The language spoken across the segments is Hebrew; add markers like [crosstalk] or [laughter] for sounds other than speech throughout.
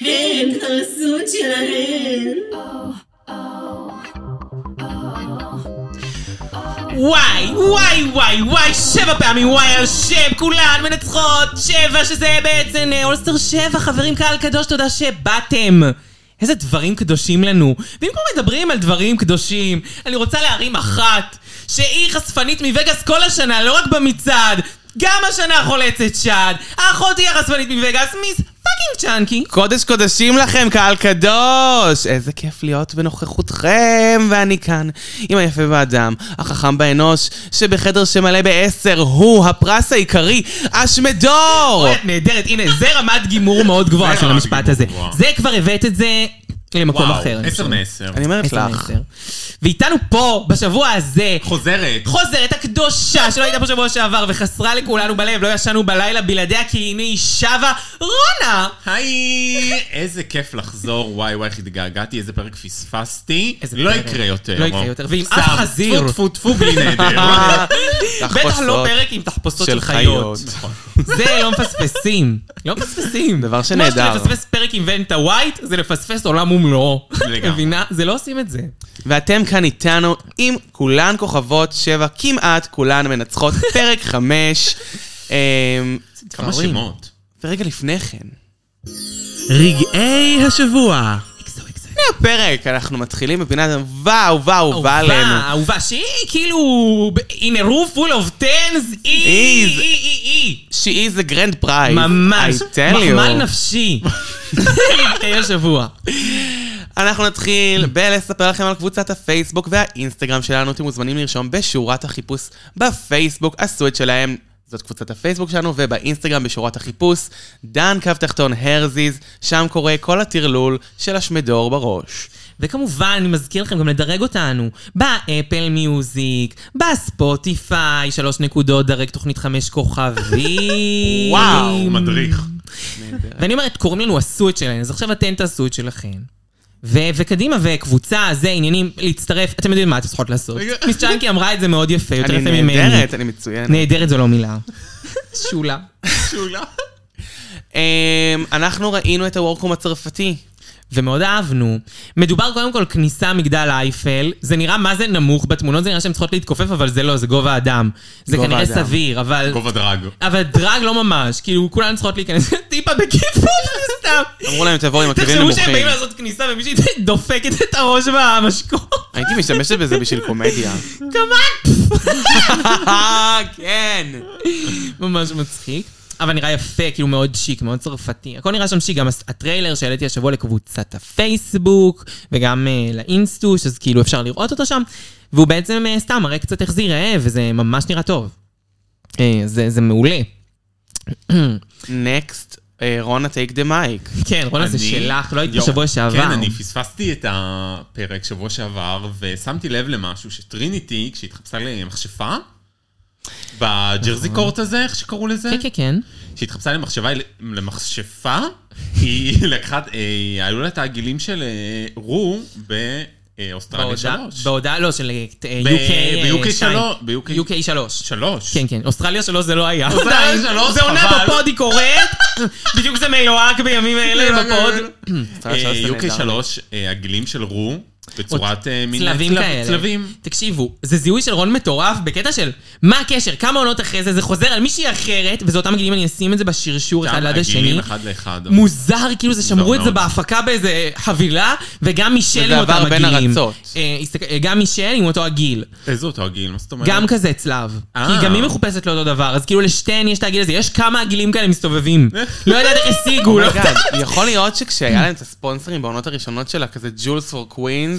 הן הרסו את שלהן. וואי, וואי, וואי, וואי, שבע פעמים וואי על שם, כולן מנצחות, שבע, שזה בעצם אה, אולסטר שבע, חברים, קהל קדוש, תודה שבאתם. איזה דברים קדושים לנו. ואם כבר מדברים על דברים קדושים, אני רוצה להרים אחת, שהיא חשפנית מווגאס כל השנה, לא רק במצעד, גם השנה חולצת שד, האחות היא החשפנית מווגאס, מיס פאקינג צ'אנקי. קודש קודשים לכם, קהל קדוש! איזה כיף להיות בנוכחותכם, ואני כאן עם היפה באדם, החכם באנוש, שבחדר שמלא בעשר הוא הפרס העיקרי, אשמדור! אוי, את נהדרת, הנה, זה רמת גימור מאוד גבוהה זה של רמת המשפט גימור הזה. גבוהה. זה כבר הבאת את זה למקום וואו, אחר. אני עשר חושב. מעשר. אני אומרת עשר לך, מעשר. ואיתנו פה, בשבוע הזה, חוזרת. חוזרת הקדושה שלא הייתה פה שבוע שעבר וחסרה לכולנו בלב, לא ישנו בלילה בלעדיה כי הנה היא שבה, רונה! היי, איזה כיף לחזור, וואי וואי, איך התגעגעתי, איזה פרק פספסתי. איזה לא פרק. יקרה יותר. לא יקרה או. יותר. ועם סתם, אף חזיר. אה, טפו טפו טפו בלי [laughs] נדר. בטח לא תחפושות פרק עם תחפושות של של חיות. חיות. נכון. זה לא מפספסים. לא מפססים. דבר כמו שאתה שנהדר. מפספס פרק עם ונטה ווייט, זה לפספס עולם ומלואו. לגמרי. מבינה? זה לא עושים את זה. ואתם כאן איתנו עם כולן כוכבות שבע, כמעט כולן מנצחות, פרק חמש. אמ, כמה דברים. שמות. ורגע לפני כן, רגעי השבוע. לפני הפרק אנחנו מתחילים בפינת וואו וואו ובא עלינו. אהובה, שהיא כאילו, ב- in a room full of tens, היא, Is. היא, היא, היא. שהיא זה גרנד פרייז. ממש. I tell you. מחמל [laughs] נפשי. רגעי השבוע. אנחנו נתחיל בלספר לכם על קבוצת הפייסבוק והאינסטגרם שלנו. אתם מוזמנים לרשום בשורת החיפוש בפייסבוק, עשו את שלהם. זאת קבוצת הפייסבוק שלנו, ובאינסטגרם בשורת החיפוש, דן קו תחתון הרזיז, שם קורה כל הטרלול של השמדור בראש. וכמובן, אני מזכיר לכם גם לדרג אותנו באפל מיוזיק, בספוטיפיי, שלוש נקודות, דרג תוכנית חמש כוכבים. וואו, מדריך. ואני אומרת, קוראים לנו עשו את שלהם, אז עכשיו אתן תעשו את שלכם. ו- וקדימה, וקבוצה, זה עניינים, להצטרף, אתם יודעים מה אתם צריכות לעשות. רגע. מיס צ'אנקי אמרה את זה מאוד יפה, יותר אני יפה ממני. נהדרת, אני מצוינת. נהדרת זו לא מילה. [laughs] שולה. שולה. אמ, אנחנו ראינו את הוורקום הצרפתי. ומאוד אהבנו. מדובר קודם כל כניסה מגדל אייפל, זה נראה מה זה נמוך, בתמונות זה נראה שהן צריכות להתכופף, אבל זה לא, זה גובה אדם. זה גובה כנראה אדם. סביר, אבל... גובה דרג. אבל דרג לא ממש, כאילו כולן צריכות להיכנס [laughs] טיפה בכיפור, סתם. אמרו להם, תבואו עם עקבים תחשבו שהם נמוכים. באים לעשות כניסה ומישהי [laughs] דופקת את הראש במשקוף. [laughs] הייתי משתמשת בזה בשביל [laughs] קומדיה. [laughs] כמובן. כן. ממש מצחיק. אבל נראה יפה, כאילו מאוד שיק, מאוד צרפתי. הכל נראה שם שיק, גם הס- הטריילר שהעליתי השבוע לקבוצת הפייסבוק, וגם uh, לאינסטוש, אז כאילו אפשר לראות אותו שם. והוא בעצם uh, סתם מראה קצת איך זה ייראה, וזה ממש נראה טוב. Uh, זה, זה מעולה. נקסט, אה, רונה טייק דה מייק. כן, רונה זה אני- שלך, לא הייתי יואו. בשבוע שעבר. כן, אני פספסתי את הפרק שבוע שעבר, ושמתי לב למשהו, שטריניטי, כשהיא התחפשה למכשפה, בג'רזי קורט הזה, איך שקראו לזה? נכון. כן, כן, כן. שהתחפשה למחשבה, למכשפה, היא לקחה, אה, היו לה את העגילים של אה, רו באוסטרליה בהודעה, שלוש. בהודעה, לא, של uh, ב- UK 2. ב-UK שלוש. ב-UK UK 3. שלוש. כן, כן, אוסטרליה שלוש זה לא היה. אוסטרליה עדיין. שלוש, זה עונה חבל. בפוד, היא קוראת. בדיוק זה מלוהק בימים אלה בפוד. [clears throat] אה, UK שלוש, אה, הגילים של רו, בצורת אה, מין צלבים צלב- כאלה. צלבים. תקשיבו, זה זיהוי של רון מטורף בקטע של מה הקשר, כמה עונות אחרי זה, זה חוזר על מישהי אחרת, וזה אותם הגילים, אני אשים את זה בשרשור אחד ליד השני. הגילים אחד לאחד. מוזר, כאילו זה שמרו את זה מאוד. בהפקה באיזה חבילה, וגם מישל עם וזה אותם עבר הגילים. בין ארצות. אה, הסתכל- אה, גם מישל עם אותו הגיל. איזה אותו הגיל, מה זאת אומרת? גם כזה צלב. אה. כי גם היא מחופשת לאותו דבר, אז כאילו לשתיהן יש את הגיל הזה, יש כמה הגילים כאלה מסתובבים. לא יודעת איך השיגו, לא אומייגאד, יודעת. יכול להיות שכשהיה להם את הספונסרים בעונות הראשונות שלה, כזה ג'ולס פור קווינס,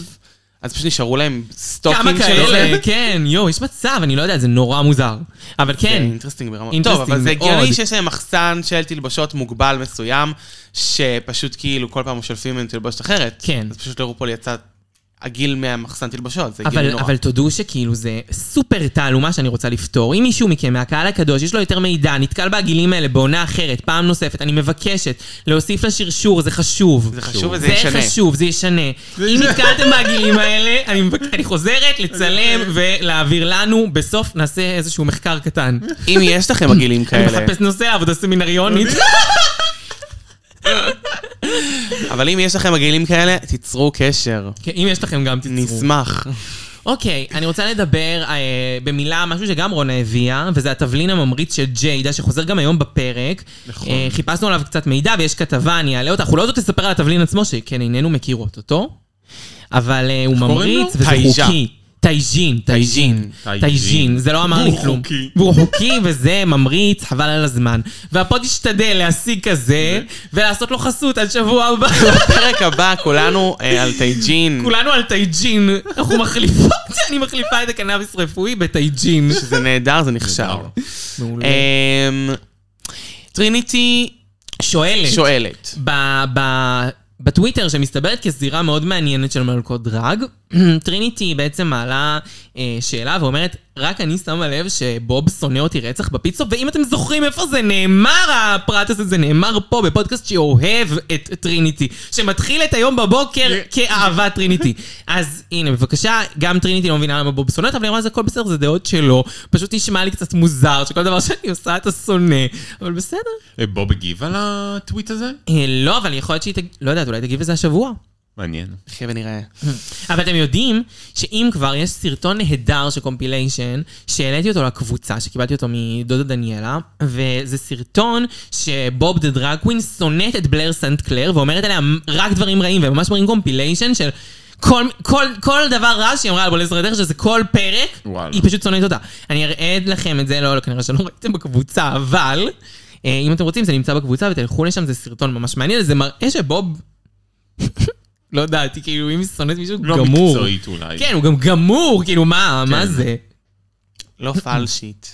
אז פשוט נשארו להם כמה סטוקים של כאלה, כן, יואו, יש מצב, אני לא יודעת, זה נורא מוזר. אבל זה כן, אינטרסטינג ברמות. Interesting טוב, אבל זה מאוד. הגיוני שיש להם מחסן של תלבושות מוגבל מסוים, שפשוט כאילו כל פעם שולפים מהם תלבושת אחרת. כן. אז פשוט לרופול יצא הגיל מהמחסן תלבושות, זה הגיוני אבל, נורא. אבל תודו שכאילו זה סופר תעלומה שאני רוצה לפתור. אם מישהו מכם מהקהל הקדוש יש לו יותר מידע, נתקל בהגילים האלה בעונה אחרת, פעם נוספת, אני מבקשת להוסיף לשרשור, זה חשוב. זה חשוב וזה זה ישנה. חשוב, זה ישנה. אם נתקלתם בהגילים האלה, אני, מבק... אני חוזרת לצלם ולהעביר לנו, בסוף נעשה איזשהו מחקר קטן. אם יש לכם הגילים [laughs] אני כאלה, מחפש נושא לעבודה סמינריונית. אבל אם יש לכם מגעילים כאלה, תיצרו קשר. כן, אם יש לכם גם תצרו. [laughs] נשמח. אוקיי, אני רוצה לדבר אה, במילה משהו שגם רונה הביאה, וזה התבלין הממריץ של ג'יידה, שחוזר גם היום בפרק. נכון. אה, חיפשנו עליו קצת מידע ויש כתבה, אני אעלה אותה. אנחנו לא יודעות לספר על התבלין עצמו, שכן, איננו מכירות אותו, אבל אה, הוא קוראים ממריץ לו? וזה טייז'ה. חוקי. טייז'ין, טייז'ין, טייז'ין. טייז'ין, זה לא אמר לי והוא כלום. חוקי. והוא חוקי וזה ממריץ, חבל על הזמן. והפוד ישתדל להשיג כזה, ולעשות לו חסות עד שבוע הבא. בפרק הבא כולנו אה, על טייג'ין, כולנו על טייג'ין, אנחנו מחליפות, אני מחליפה את הקנאביס רפואי בטייג'ין. אה, שזה נהדר, זה נחשב. מעולה. אמ, טריניטי שואלת, שואלת. ב- ב- בטוויטר שמסתברת כזירה מאוד מעניינת של מלכות דרג, [clears throat] טריניטי בעצם מעלה אה, שאלה ואומרת, רק אני שמה לב שבוב שונא אותי רצח בפיצו, ואם אתם זוכרים איפה זה נאמר, הפרט הזה, זה נאמר פה בפודקאסט שאוהב את טריניטי, שמתחיל את היום בבוקר כאהבת טריניטי. אז הנה, בבקשה, גם טריניטי לא מבינה למה בוב שונא אותה, אבל היא אמרה, זה הכל בסדר, זה דעות שלו, פשוט נשמע לי קצת מוזר שכל דבר שאני עושה אתה שונא, אבל בסדר. בוב הגיב אה, על הטוויט הזה? אה, לא, אבל יכול להיות שהיא תגיב, לא יודעת, אולי תגיב לזה השבוע. מעניין. נחיה ונראה. אבל אתם יודעים שאם כבר יש סרטון נהדר של קומפיליישן, שהעליתי אותו לקבוצה, שקיבלתי אותו מדודה דניאלה, וזה סרטון שבוב דה דרג קווין שונאת את בלר סנט קלר, ואומרת עליה רק דברים רעים, והם ממש מראים קומפיליישן של... כל, כל, כל דבר רע שהיא אמרה על בולס רדך, שזה כל פרק, וואלה. היא פשוט שונאת אותה. אני אראה לכם את זה, לא, לא, כנראה שלא ראיתם בקבוצה, אבל אה, אם אתם רוצים, זה נמצא בקבוצה ותלכו לשם, זה סרטון ממש מעניין, זה מראה שבוב לא יודעת, היא כאילו, אם היא שונאת מישהו, לא גמור. מקצועית כן. אולי. כן, הוא גם גמור, כאילו, מה, מה [laughs] זה? לא פלשיט.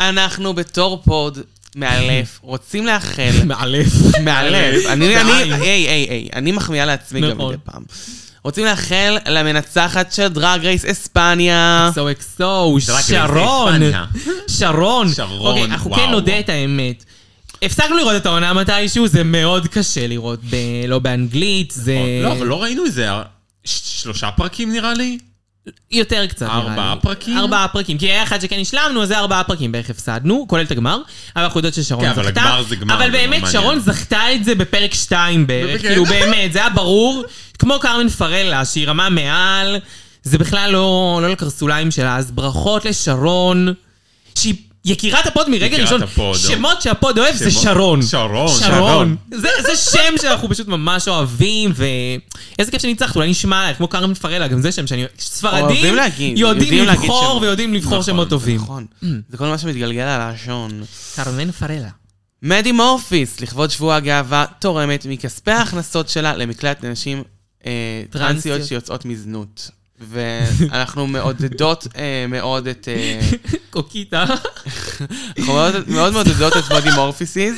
אנחנו בתור פוד מאלף, רוצים לאחל מאלף. מאלף. אני, אני, בעין. היי, היי, היי, אני מחמיאה לעצמי גם נכון. מדי פעם. רוצים לאחל למנצחת של דרג רייס אספניה. אקסו אקסו, רק שרון. באספניה. שרון. שרון, אוקיי, אנחנו וואו. כן נודה את האמת. הפסקנו לראות את העונה מתישהו, זה מאוד קשה לראות, ב- לא באנגלית, זה לא, אבל לא ראינו איזה ש- שלושה פרקים נראה לי. יותר קצת נראה לי. ארבעה פרקים? ארבעה פרקים, כי היה אחד שכן השלמנו, אז זה ארבעה פרקים בערך הפסדנו, כולל את הגמר, אבל אנחנו יודעות ששרון כן, זכתה. אבל הגמר זה גמר, אבל זה באמת, לא שרון מעניין. זכתה את זה בפרק שתיים בערך, כן. כאילו באמת, זה היה ברור, כמו קרמן פרלה, שהיא רמה מעל, זה בכלל לא, לא לקרסוליים שלה, אז ברכות לשרון, שהיא יקירת הפוד מרגע יקירת ראשון, הפוד, שמות שהפוד אוהב זה שמות- שרון. שרון, שרון. שרון. זה, זה שם שאנחנו פשוט ממש אוהבים, ואיזה כיף שניצחת, אולי נשמע עלייך, כמו קרמן פרלה, גם זה שם שאני... ספרדים אוהבים להגיד, יודעים יודעים להגיד לבחור שמות. ויודעים לבחור נכון, שמות זה טובים. Mm. נכון, זה כל מה שמתגלגל על הלשון. קרמן [laughs] פרלה. מדי מורפיס, לכבוד שבוע הגאווה, תורמת מכספי ההכנסות שלה למקלט לנשים אה, טרנסיות. טרנסיות שיוצאות מזנות. ואנחנו מעודדות אה, מאוד את... אה, קוקיטה. אנחנו מאוד- מאוד מעודדות את מודי מורפיסיז.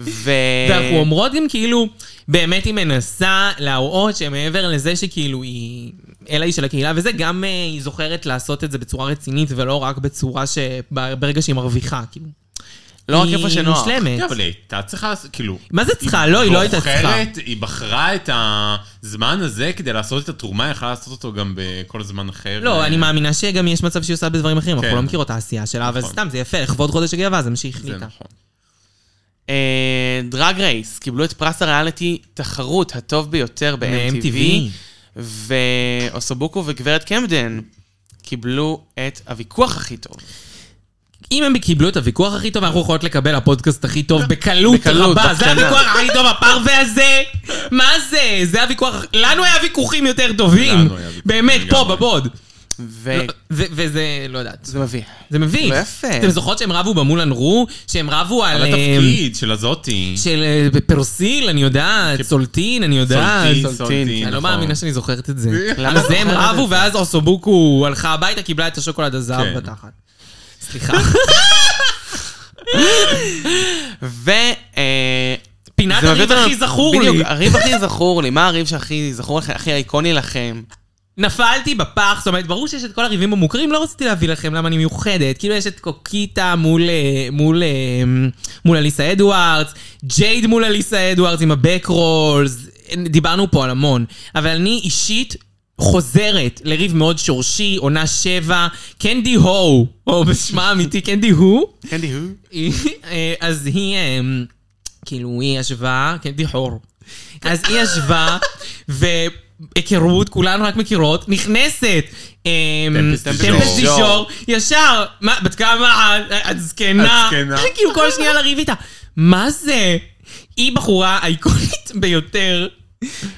ו... ואנחנו אומרות גם כאילו, באמת היא מנסה להראות שמעבר לזה שכאילו היא... אלא היא של הקהילה וזה, גם אה, היא זוכרת לעשות את זה בצורה רצינית ולא רק בצורה ש... ברגע שהיא מרוויחה, כאילו. לא רק איפה שנוח. היא מושלמת. כן, אבל היא הייתה צריכה לעשות, כאילו... מה זה צריכה? לא, היא לא הייתה בוחרת, צריכה. היא בחרה את הזמן הזה כדי לעשות את התרומה, היא יכלה לעשות אותו גם בכל זמן אחר. לא, אני מאמינה שגם יש מצב שהיא עושה בדברים אחרים, אנחנו כן. לא מכירות את העשייה שלה, אבל נכון. סתם, זה יפה, לכבוד חודש הגאווה, זה מה שהיא זה החליטה. נכון. אה, דרג רייס קיבלו את פרס הריאליטי תחרות הטוב ביותר ב-MTV, ואוסובוקו וגברת קמדן קיבלו את הוויכוח הכי טוב. אם הם קיבלו את הוויכוח הכי טוב, אנחנו יכולות לקבל הפודקאסט הכי לא. טוב בקלות בקלות, רבה. זה בקטנה. הוויכוח הכי טוב, הפרווה הזה. מה זה? זה הוויכוח... לנו היה ויכוחים יותר טובים. לנו היה ויכוחים באמת, פה, לגמרי. בבוד. לא, וזה ו- וזה, לא יודעת. מביך. זה מביך. לא יפה. אתם זוכרות שהם רבו במולן רו? שהם רבו על... על אה, התפקיד של הזאתי. של אה, פרסיל, אני יודעת, סולטין, אני יודעת. סולטין, סולטין. סולטין, אני לא נכון. מאמינה שאני זוכרת את זה. [laughs] למה אז הם זוכרת את רבו, זה? ואז אוסובוקו הלכה הביתה, קיבלה את השוקולד הזהב כן. בתחת. סליחה. ו... אה, [laughs] פינת זה מביא הריב אותנו- הכי זכור לי. בדיוק, הריב הכי זכור לי. מה הריב שהכי זכור לכם, הכי איקוני לכם? נפלתי בפח, זאת אומרת, ברור שיש את כל הריבים המוכרים, לא רציתי להביא לכם למה אני מיוחדת. כאילו, יש את קוקיטה מול, אה, מול, אה, מול אליסה אדוארדס, ג'ייד מול אליסה אדוארדס עם הבק רולס, דיברנו פה על המון. אבל אני אישית חוזרת לריב מאוד שורשי, עונה שבע, קנדי הו, או בשמה האמיתי קנדי הו. קנדי הו? היא- אה, אז היא, אה, כאילו, היא ישבה, קנדי חור. אז היא ישבה, והיכרות, כולנו רק מכירות, נכנסת. אמ, טמפסט דיז'ור. טמפסט דיז'ור, ישר, מה, בת כמה, אה, את- את זקנה, את זקנה. [laughs] כאילו כל שנייה לריב איתה. מה זה? היא בחורה אייקונית ביותר.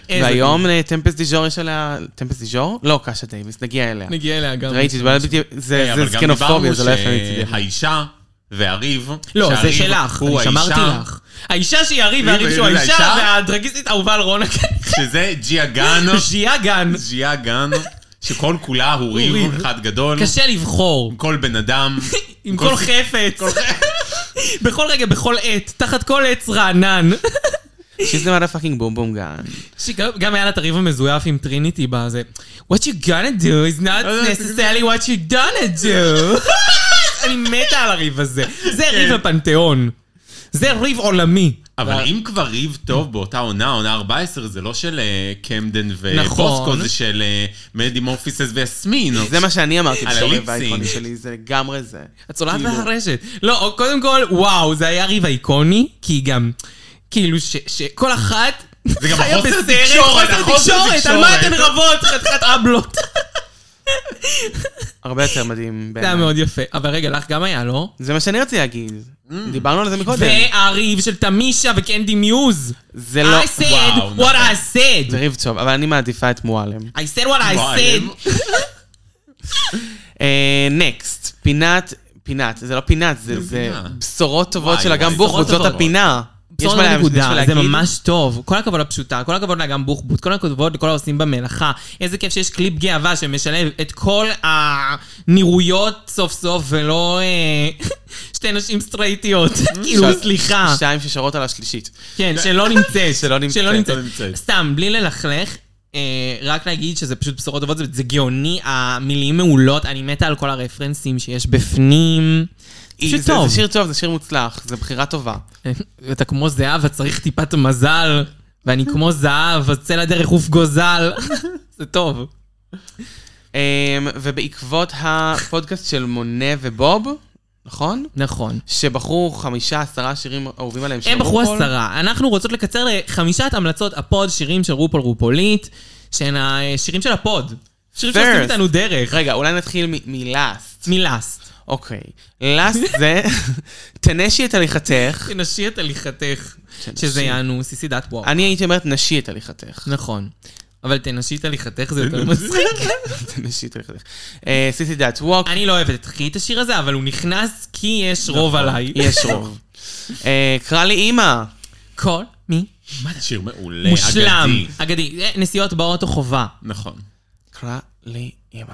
איזה- והיום אה, טמפס דיז'ור יש עליה... טמפס דיז'ור? לא, קאשה דייוויס, נגיע אליה. נגיע אליה אה, גם. ראיתי, זה בלתי- זה אבל זה גם זקנופוביה, דיברנו זה לא יפה מצידי. שהאישה והריב, לא, זה שהריב שלך, הוא אני שמרתי האישה, לך. האישה שהיא הריב היא והריב שהוא והיא האישה, האישה? והדרגיסטית האהובה על רונה, כן. [laughs] שזה ג'יה גן, ז'יה גן. ג'יה גן, שכל כולה הוא ריב. ריב אחד גדול, קשה לבחור. עם כל בן [laughs] אדם, עם כל חפץ. בכל רגע, בכל עת. תחת כל עץ רענן. She's the motherfucking boom boom gun. שגם גם היה לה את הריב המזויף עם טריניטי בזה. What you gonna do is לא, not necessarily what you gonna do. אני מתה על הריב הזה. כן. זה ריב הפנתיאון. זה ריב עולמי. אבל אם כבר ריב טוב באותה עונה, עונה 14, זה לא של אה, קמדן נכון. ובוסקו, זה של אה, מלדי מורפיסס ויסמין. זה מה שאני אמרתי על בסורב הליפסינג. האיקוני שלי, זה לגמרי זה. הצולעת כאילו. והרשת. לא, קודם כל, וואו, זה היה ריב איקוני, כי גם, כאילו, ש- שכל אחת... זה גם חיה חוסר בסרט, תקשורת, חוסר החוסר תקשורת, על מה תקשורת. אתן רבות, חתיכת אבלות. הרבה יותר מדהים זה היה בעיניי. מאוד יפה. אבל רגע, לך גם היה, לא? זה מה שאני רציתי להגיד. Mm. דיברנו על זה מקודם. והריב של תמישה וקנדי מיוז. זה לא... I said וואו, what I זה said. ריב טוב, אבל אני מעדיפה את מועלם. I said what I מועלם. said. נקסט, אה, פינת, פינת, זה לא פינת, זה- זה פינה. בשורות טובות וואי, של אגם וואי, בוחבוט, בשורות זאת טובות. הפינה. יש זאת מה לה- יש מה הנקודה, זה להגיד? ממש טוב. כל הכבוד לפשוטה, כל הכבוד לאגם בוחבוט, כל הכבוד לכל העושים במלאכה. איזה כיף שיש קליפ גאווה שמשלב את כל הנראויות סוף סוף, ולא אה, [laughs] שתי נשים [laughs] סטרייטיות. כאילו, שת- סליחה. שתיים ששרות על השלישית. כן, שלא נמצאת. שלא נמצאת. שלא לא נמצאת. נמצאת. סתם, בלי ללכלך. אה, רק להגיד שזה פשוט בשורות טובות, זה- זה גאוני, המילים מעולות, אני מתה על כל הרפרנסים שיש בפנים. זה- פשוט זה- טוב. זה שיר טוב, זה שיר מוצלח, זו בחירה טובה. אתה כמו זהב, אז צריך טיפת מזל, ואני כמו זהב, אז צא לדרך ופגוזל. [laughs] זה טוב. אמ, ובעקבות הפודקאסט של מונה ובוב, נכון? נכון. שבחרו חמישה, עשרה שירים אהובים עליהם של הם בחרו רופול. עשרה. אנחנו רוצות לקצר לחמישת המלצות הפוד שירים של רופול רופולית, שהן השירים של הפוד. שירים First. שעושים איתנו דרך. רגע, אולי נתחיל מ- מלאסט. מלאסט. אוקיי. לאסט זה, [laughs] תנשי [laughs] את הליכתך. תנשי את הליכתך, תנשי. שזה יענו סיסי דת וואו. אני הייתי אומרת נשי את הליכתך. נכון. אבל תנשי את הליכתך זה יותר מצחיק. נשי את הליכתך. אה, סיסי דאט ווק, אני לא אוהבת את הכי את השיר הזה, אבל הוא נכנס כי יש נכון. רוב עליי. יש רוב. אה, קרא לי אימא. כל מי מה, שיר מעולה, מושלם. אגדי. אגדי. אה, נסיעות באוטו חובה. נכון. קרא לי אימא.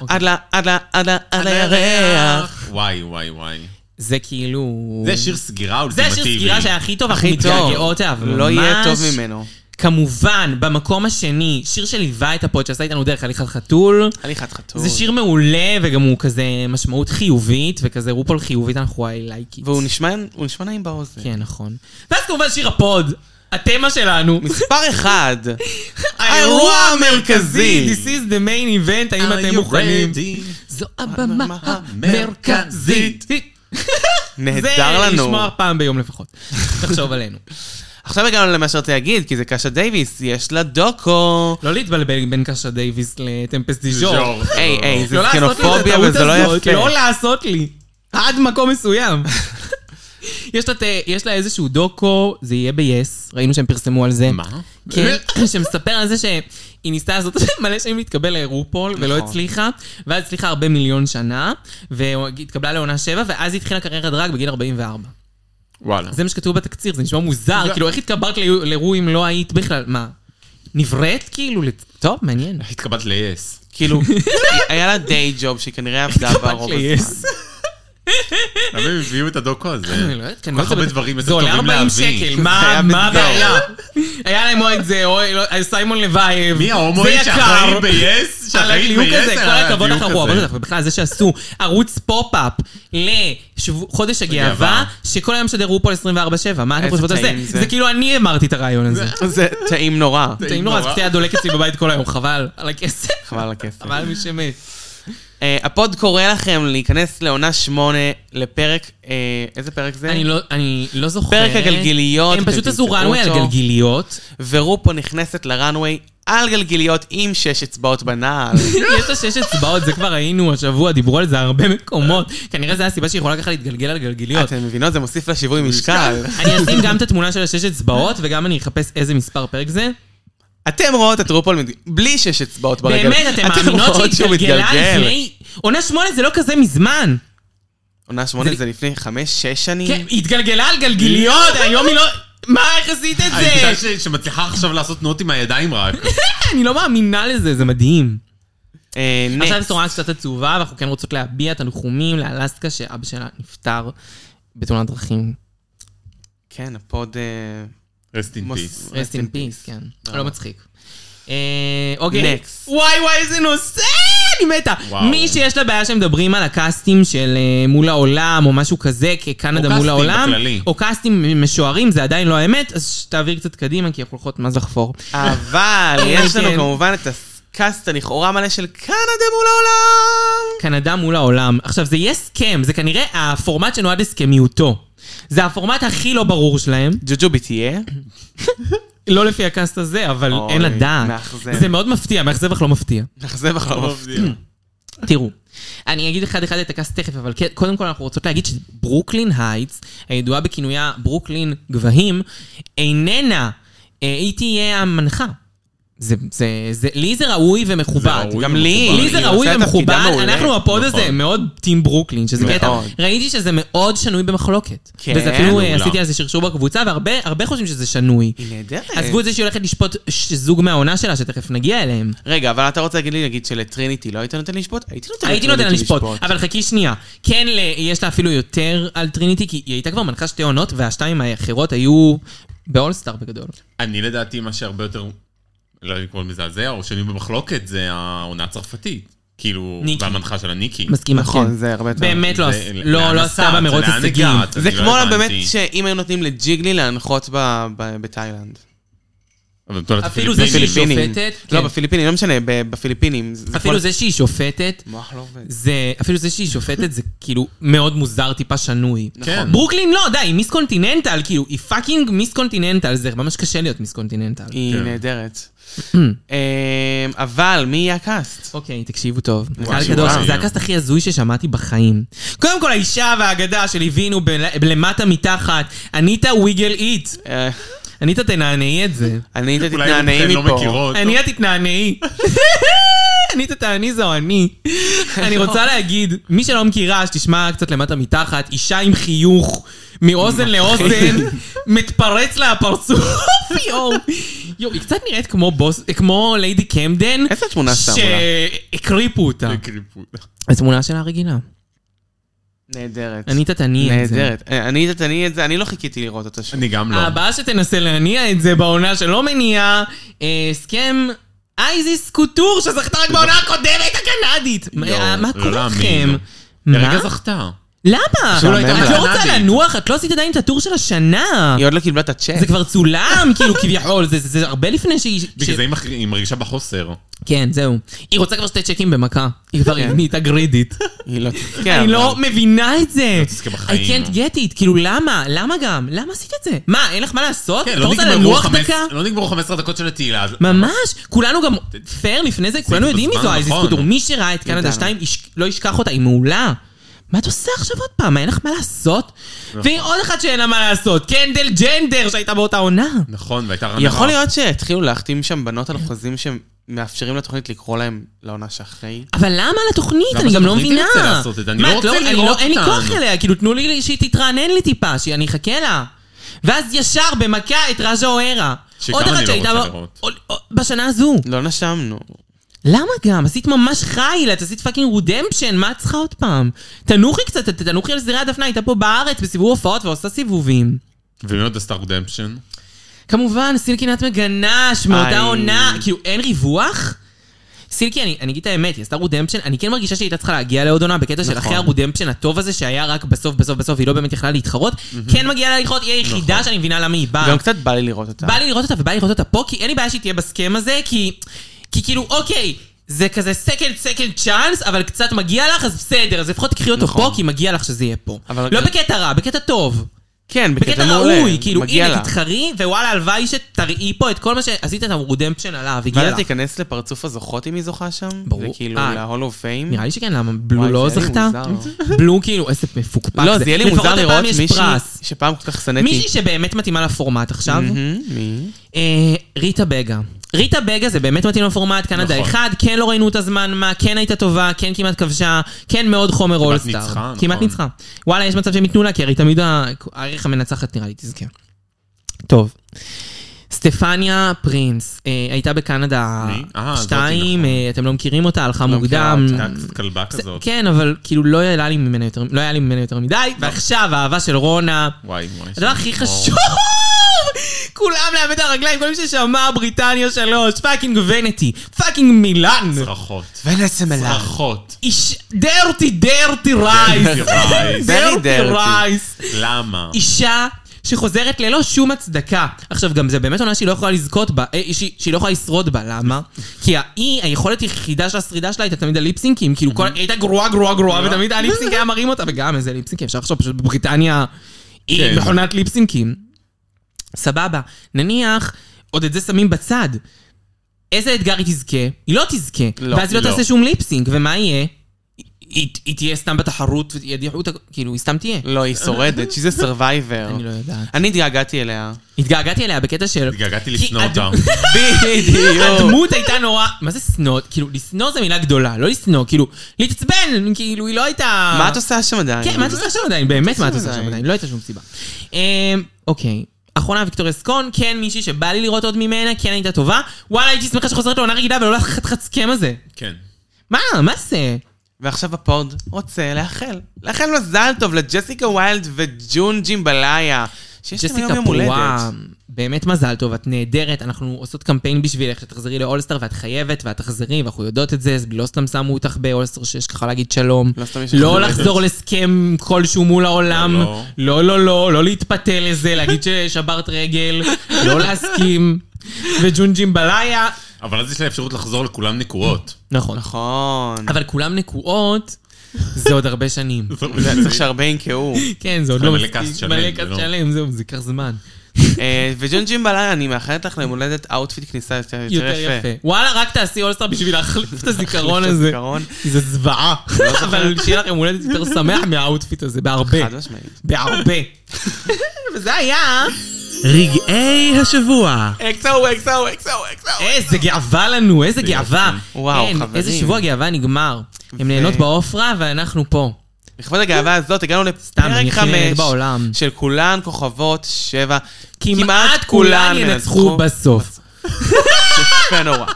אוקיי. עד לה, עד לה, עד לה, עד לירח. וואי, וואי, וואי. זה כאילו... זה שיר סגירה זה אולטימטיבי. השיר סגירה שהיה הכי טוב, אנחנו הכי מתגעגעות טוב. אליו. לא יהיה ממש. טוב ממנו. כמובן, במקום השני, שיר שליווה את הפוד שעשה איתנו דרך הליכת חתול. הליכת חתול. זה שיר מעולה, וגם הוא כזה משמעות חיובית, וכזה רופול חיובית, אנחנו I like it. והוא נשמע, הוא נשמע נעים באוזן. כן, נכון. ואז כמובן שיר הפוד, התמה שלנו. מספר [laughs] אחד. האירוע המרכזי. This is the main event, האם Are אתם you מוכנים? ready? זו הבמה המרכזית. המרכזית. נהדר זה לנו. לשמוע פעם ביום לפחות. [laughs] תחשוב עלינו. עכשיו הגענו למה שרציתי להגיד, כי זה קאשה דייוויס, יש לה דוקו. לא להתבלבל בין קשה דייוויס לטמפס דיז'ור. ז'ור. היי, היי, זה לא לעשות לי את זקנופוביה הטעות וזה לא הזאת, יפה. לא לעשות לי. עד מקום מסוים. [laughs] יש לה ת- יש לה איזשהו דוקו, זה יהיה ב-yes, ראינו שהם פרסמו על זה. מה? כן, [coughs] שמספר על זה שהיא ניסתה לעשות [laughs] מלא שנים להתקבל לרופול, ולא נכון. הצליחה, ואז הצליחה הרבה מיליון שנה, והתקבלה לעונה 7, ואז היא התחילה קריירת דרג בגיל 44. וואלה. זה מה שכתוב בתקציר, זה נשמע מוזר, זה- כאילו איך התקברת ל- לרו אם לא היית בכלל, מה? נבראת כאילו? לת- טוב, מעניין. התקבלת ל-yes. [laughs] כאילו, [laughs] היה לה דיי ג'וב שהיא כנראה עבדה לא ברוב הזמן. למה הם הביאו את הדוקו הזה? אני לא [clears throat] יודעת, כל כך הרבה דברים יותר זה טובים עולה 40 להביא. שקל, מה היה מה בדיוק. הבעיה? היה להם או את זה, או לא, סיימון לבייב. מי זה ההומואית יקר. שאחראית ב-yes? על שאחראית הדיוק הזה, ב-yes? כל הכבוד לך, הוא עבד אותך, ובכלל זה שעשו ערוץ פופ-אפ לחודש הגאווה, הגאווה. שכל היום שדר רופול 24-7, מה אתם איזה חושבות על זה? טעים זה. זה כאילו אני אמרתי את הרעיון הזה. זה טעים נורא. טעים נורא, אז קצת היה דולק אצלי בבית כל היום, חבל, על הכסף, חבל על הכסף. חבל על מי שמת. אה, הפוד קורא לכם להיכנס לעונה שמונה, לפרק, אה, איזה פרק זה? אני לא, אני לא זוכר. פרק הגלגיליות, הם פשוט אתם עשו תמצאו runway על אותו. גלגיליות. ורופו נכנסת לראנוויי על גלגיליות עם שש אצבעות בנעל. [laughs] יש לה שש אצבעות, זה כבר ראינו השבוע, דיברו על זה הרבה מקומות. כנראה זו הסיבה שהיא יכולה ככה להתגלגל על גלגיליות. אתן מבינות? זה מוסיף לה שיווי משקל. אני אשים גם את התמונה של השש אצבעות, וגם אני אחפש איזה מספר פרק זה. אתם רואות את רופול מתג- בלי שש אצבעות ברגל. באמת, אתם מאמינות רואות שהיא שהוא התגלגלה מתגלגל. לפני... עונה שמונה זה לא כזה מזמן. עונה שמונה זה- זה לפני חמש, שש שנים? כן, היא התגלגלה על גלגיליות, היום היא לא... מה, איך עשית את היחידה זה? ש- שמצליחה עכשיו לעשות תנועות עם הידיים רק. אני לא מאמינה לזה, זה מדהים. אה, נקסט. עכשיו בשורה קצת עצובה, ואנחנו כן רוצות להביע תנחומים לאלסקה, שאבא שלה נפטר בתאונת דרכים. כן, הפוד... אה, רסט אין מוס- פיס. rest in peace, כן. לא מצחיק. אה, אוקיי. Next. וואי וואי איזה נושא! אני מתה. וואו. מי שיש לה בעיה שמדברים על הקאסטים של אה, מול העולם או משהו כזה, או כקנדה מול קאסטים העולם, בכללי. או קאסטים משוערים, זה עדיין לא האמת, אז תעביר קצת קדימה, כי אנחנו הולכות מה זה לחפור. אבל יש לנו כן. כמובן את הקאסט הלכאורה מלא של קנדה מול העולם. קנדה מול העולם. עכשיו, זה יהיה סכם, זה כנראה הפורמט שנועד לסכמיותו. זה הפורמט הכי לא ברור שלהם. ג'וג'ובי תהיה? לא לפי הקאסט הזה, אבל אוי, אין לדעת. מאכזב. זה מאוד מפתיע, מאכזב אך לא מפתיע. נחזב אחלה מפתיע. תראו, אני אגיד אחד אחד את הקאסט תכף, אבל כן, קודם כל אנחנו רוצות להגיד שברוקלין הייטס, הידועה בכינויה ברוקלין גבהים, איננה, אה, היא תהיה המנחה. זה, זה, זה, לי זה ראוי ומכובד. ראוי. גם לי. לי זה היא ראוי עושה את תפקידה ומכובד, מעולה. אנחנו הפוד נכון. הזה מאוד טים ברוקלין, שזה קטע. מאוד. ראיתי שזה מאוד שנוי במחלוקת. כן, וזה אפילו אה, מעולה. עשיתי על זה שרשור בקבוצה, והרבה הרבה חושבים שזה שנוי. היא נהדרת. עזבו את זה שהיא הולכת לשפוט ש- זוג מהעונה שלה, שתכף נגיע אליהם. רגע, אבל אתה רוצה להגיד לי, נגיד שלטריניטי לא היית נותן לשפוט? הייתי נותן הייתי נותן לה לטריניטי לשפוט, אבל חכי שנייה. כן, ל- יש לה אפילו יותר על טריניטי, כי היא הייתה כבר מנחה שתי עונות, והשתיים האחרות היו באולסטאר בגדול. [clears throat] אני לדעתי מה שהרבה יותר, לא יודע אם כבר מזעזע, או שאני במחלוקת, זה העונה הצרפתית. כאילו, ניקי. והמנחה שלה ניקי. מסכימה, כן. נכון, זה הרבה יותר. באמת לא זה- עש- לאן לא לא נסעת? עשתה במרוץ לאן הישגים. הגעת? זה אני לא כמו לה- הבנתי. באמת שאם היו נותנים לג'יגלי להנחות ב- ב- בתאילנד. אבל בתולת אפילו זה הפיליפינים. שהיא בפיליפינים. שופטת, לא, כן. בפיליפינים, לא משנה, ב- בפיליפינים. אפילו זה שהיא שופטת, מוח לא עובד. זה, אפילו זה שהיא שופטת זה כאילו מאוד מוזר, טיפה שנוי. כן. ברוקלין לא, די, היא מיס קונטיננטל, כאילו, היא פאקינג מיס קונטיננטל, זה ממש קשה להיות מיס קונטיננטל. היא כן. [clears throat] נהדרת. אמ, אבל מי יהיה הקאסט? אוקיי, תקשיבו טוב. וואי, קהל קדוש, וואי. זה הקאסט הכי הזוי ששמעתי בחיים. קודם כל, האישה והאגדה שליווינו ב- למטה מתחת, אניטה וויגל איט. אה, אניטה תנענעי את זה. אני הייתי אולי אתן תתנענעים לא מפה. מכירות. אניטה תתנענעי. אניטה תעני זו אני. אני רוצה להגיד, מי שלא מכירה, שתשמע קצת למטה מתחת, אישה עם חיוך, מאוזן לאוזן, מתפרץ לה הפרצוף, יואו. יואו, היא קצת נראית כמו בוס, כמו ליידי קמדן. איזה תמונה שמו לה? שהקריפו אותה. לא התמונה שלה הרגילה. נהדרת. אני תתני את זה. נהדרת. אה, אני תתני את זה, אני לא חיכיתי לראות אותה שוב. אני גם לא. הבאה שתנסה להניע את זה בעונה שלא מניעה, אה, הסכם אייזיס קוטור שזכתה רק בעונה הקודמת הקנדית. מה יואו, אה, מה לא קורה להאמין. לכם? לרגע מה? זכתה. למה? עכשיו לא הייתה את לא רוצה קנדית. לנוח, את לא עשית עדיין את הטור של השנה. היא עוד לא קיבלה את הצ'ק. זה כבר [laughs] צולם, כאילו, כביכול, זה- זה זה הרבה לפני שהיא... ש- בגלל זה היא מח- היא מרגישה בחוסר. כן, זהו. היא רוצה כבר שתי צ'קים במכה. היא כבר כן. נהייתה גרידית. היא לא תזכה. אני אבל- לא מבינה את זה. תזכה I בחיים. can't get it. כאילו, למה? למה גם? למה עשית את זה? מה, אין לך מה לעשות? כן, אתה לא רוצה נגמרו לנוח חמש- דקה? לא נגמרו 15 דקות של התהילה. אז- ממש, כולנו גם, פייר לפני זה, כולנו את יודעים מי הזמן, זו אייזיס נכון. קודור. מי שראה את קנדה לגמרי. 2 יש- לא ישכח אותה, היא מעולה. מה את עושה עכשיו עוד פעם? אין לך מה לעשות? נכון. ועוד אחת שאין לה מה לעשות, קנדל ג'נדר שהייתה באותה עונה. נכון, והייתה רנה. לא- יכול להיות שהתחילו להחתים שם בנות על חוזים שמאפשרים לתוכנית לקרוא להם לעונה שאחרי. אבל למה לתוכנית? למה אני גם לא שהתוכנית מבינה. תרצה לעשות את זה? אני מה, לא את רוצה אני לראות אין לי אותנו. כוח אליה, כאילו תנו לי שהיא תתרענן לי טיפה, שאני אחכה לה. ואז ישר במכה את רג'ה אוהרה. שגם עוד אני אחת לא שהייתה רוצה ב- לראות. עוד- עוד- בשנה הזו. לא נשמנו. למה גם? עשית ממש חייל, את עשית פאקינג רודמפשן, מה את צריכה עוד פעם? תנוחי קצת, ת- תנוחי על זרי הדפנה, הייתה פה בארץ בסיבוב הופעות ועושה סיבובים. ומי עוד עשתה Mm. רודמפשן? כמובן, סילקי נת מגנש, מאותה איי. עונה, כאילו אין ריווח? סילקי, אני, אני אגיד את האמת, היא עשתה רודמפשן, אני כן מרגישה שהיא הייתה צריכה להגיע לעוד עונה בקטע נכון. של אחרי הרודמפשן הטוב הזה שהיה רק בסוף בסוף בסוף, היא לא באמת יכלה להתחרות, כן מגיעה לה להתחרות, היא היחידה שאני מבינה למה היא באה. נכון. גם קצת בא לי לראות אותה. בא לי לראות אותה ובא לי לראות אותה פה, כי אין לי בעיה שהיא תהיה בסכם הזה, כי... כי כאילו, אוקיי, זה כזה second second chance, אבל קצת מגיע לך, אז בסדר, אז לפחות תקחי אותו נכון. פה, כי מגיע לך שזה יהיה פה. אבל- לא בקטע רע, בקטע טוב. כן, בקטע בקטע מעולה. ראוי, כאילו, מגיע הנה, לה. תתחרי, ווואלה, הלוואי שתראי פה את כל מה שעשית, את הרודמפשן עליו, הגיע ואז לך. תיכנס לפרצוף הזוכות אם היא זוכה שם? ברור. וכאילו, אה. ל-Hall of Fame? נראה לי שכן, למה בלו וואי, לא זה היה לי זכתה? מוזר. בלו כאילו, איזה מפוקפק לא, זה יהיה לי מוזר לפחות לראות הפעם יש מישהי פרס. שפעם כל כך שנאתי. מישהי שבאמת מתאימה לפורמט עכשיו, מהמם, מי? אה, ריטה בגה. ריטה בגה זה באמת מתאים לפורמט, קנדה נכון. אחד, כן לא ראינו את הזמן מה, כן הייתה טובה, כן כמעט כבשה, כן מאוד חומר אולסטאר. ניצחה, נכון. כמעט ניצחה. וואלה, יש מצב שהם ייתנו לה, כי הרי תמיד ה- הערך המנצחת נראה לי תזכה. טוב. סטפניה פרינס, אה, הייתה בקנדה מי? אה, זאתי, שתיים, נכון. אה, אתם לא מכירים אותה, הלכה לא מוקדם. הייתה קצת כלבה כזאת. כן, אבל כאילו לא היה לי ממנה יותר, לא היה לי ממנה יותר מדי, נכון. ועכשיו האהבה של רונה. וואי, וואי. הדבר הכי וואו. חשוב! כולם לאבד את הרגליים, כל מי ששמע בריטניה שלוש, פאקינג ונטי, פאקינג מילאן. צרחות. ונסם אליו. צרחות. איש... דרטי דרטי רייס. רייס. Very דרטי dirty. רייס. כן, למה? אישה שחוזרת ללא שום הצדקה. עכשיו, גם זה באמת עונה שהיא לא יכולה לזכות בה, אה, שהיא שהיא לא יכולה לשרוד בה, למה? כי היא, היכולת היחידה של השרידה שלה הייתה תמיד הליפסינקים, כאילו כל... היא הייתה גרועה גרועה גרועה, ותמיד הליפסינק היה מרים אותה, וגם איזה ליפסינקים, אפשר לחשוב פשוט בבריטניה, היא כן. מכונת ליפסינקים. סבבה, נניח, עוד את זה שמים בצד. איזה אתגר היא תזכה? היא לא תזכה. לא, ואז היא לא לא. תעשה שום ליפסינק, ומה יהיה? היא- היא תהיה סתם בתחרות, וידיחו אותה, כאילו, היא סתם תהיה. לא, היא [laughs] שורדת, she's a survivor. אני לא יודעת. אני התגעגעתי אליה. התגעגעתי אליה בקטע של... התגעגעתי כי לשנוא הד- אותה. בדיוק. הדמות הייתה נורא... מה זה שנוא? כאילו, לשנוא זה מילה גדולה, לא לשנוא, כאילו, להתעצבן, כאילו, היא לא הייתה... מה את עושה שם עדיין? כן, מה את עושה שם עדיין? באמת מה את עושה עדיין? שם עדיין? לא הייתה שום סיבה. אמ, אוקיי. אחרונה ויקטוריה סקון, כן מישהי שבא לי לראות עוד ממנה, כן הייתה טובה. וואלה, הייתי שמחה שחוזרת לעונה רגילה ולא לחתיכת סכם הזה. כן. מה? מה זה? ועכשיו הפוד רוצה לאחל. לאחל מזל טוב לג'סיקה ויילד וג'ון ג'ימבליה. שיש להם היום ג'סיקה יום פרועה, הולדת. באמת מזל טוב, את נהדרת, אנחנו עושות קמפיין בשבילך, שתחזרי לאולסטאר ואת חייבת, ואת תחזרי, ואנחנו יודעות את זה, אז לא סתם שמו אותך באולסטאר שיש ככה להגיד שלום. לא סתם יש לך לא חברים. לחזור להסכם כלשהו מול העולם, לא, לא, לא, לא, לא להתפתה לזה, להגיד ששברת רגל, לא להסכים, וג'ונג'ים בלאיה. אבל אז יש לה אפשרות לחזור לכולם נקועות. נכון. נכון. אבל כולם נקועות, זה עוד הרבה שנים. זה צריך שהרבה ינקעו. כן, זה עוד צריך לא מלא קאסט שלם, מלא זה קאסט לא- שלם, זהו, זה ייקח זמן. אה, וג'ון ג'ימבליה, אני מאחלת לך ליום הולדת אאוטפיט כניסה יותר יותר יפה. וואלה, רק תעשי אולסטאר בשביל להחליף את הזיכרון לא הזה. זיכרון. כי זה זוועה. אבל שיהיה לכם הולדת יותר שמח מהאוטפיט הזה, בהרבה. חד משמעית. בהרבה. [laughs] וזה היה... רגעי השבוע. אקסו, אקסו, אקסו, אקסו. איזה גאווה לנו, איזה גאווה. וואו, אין, חברים. איזה שבוע גאווה נגמר. הם ו- נהנות בעופרה ואנחנו פה. לכבוד הגאווה הזאת הגענו סתם, אני לפרק הכי נהנה חמש בעולם. של כולן כוכבות שבע. כמעט כולן ינצחו בסוף. [laughs] יפה נורא.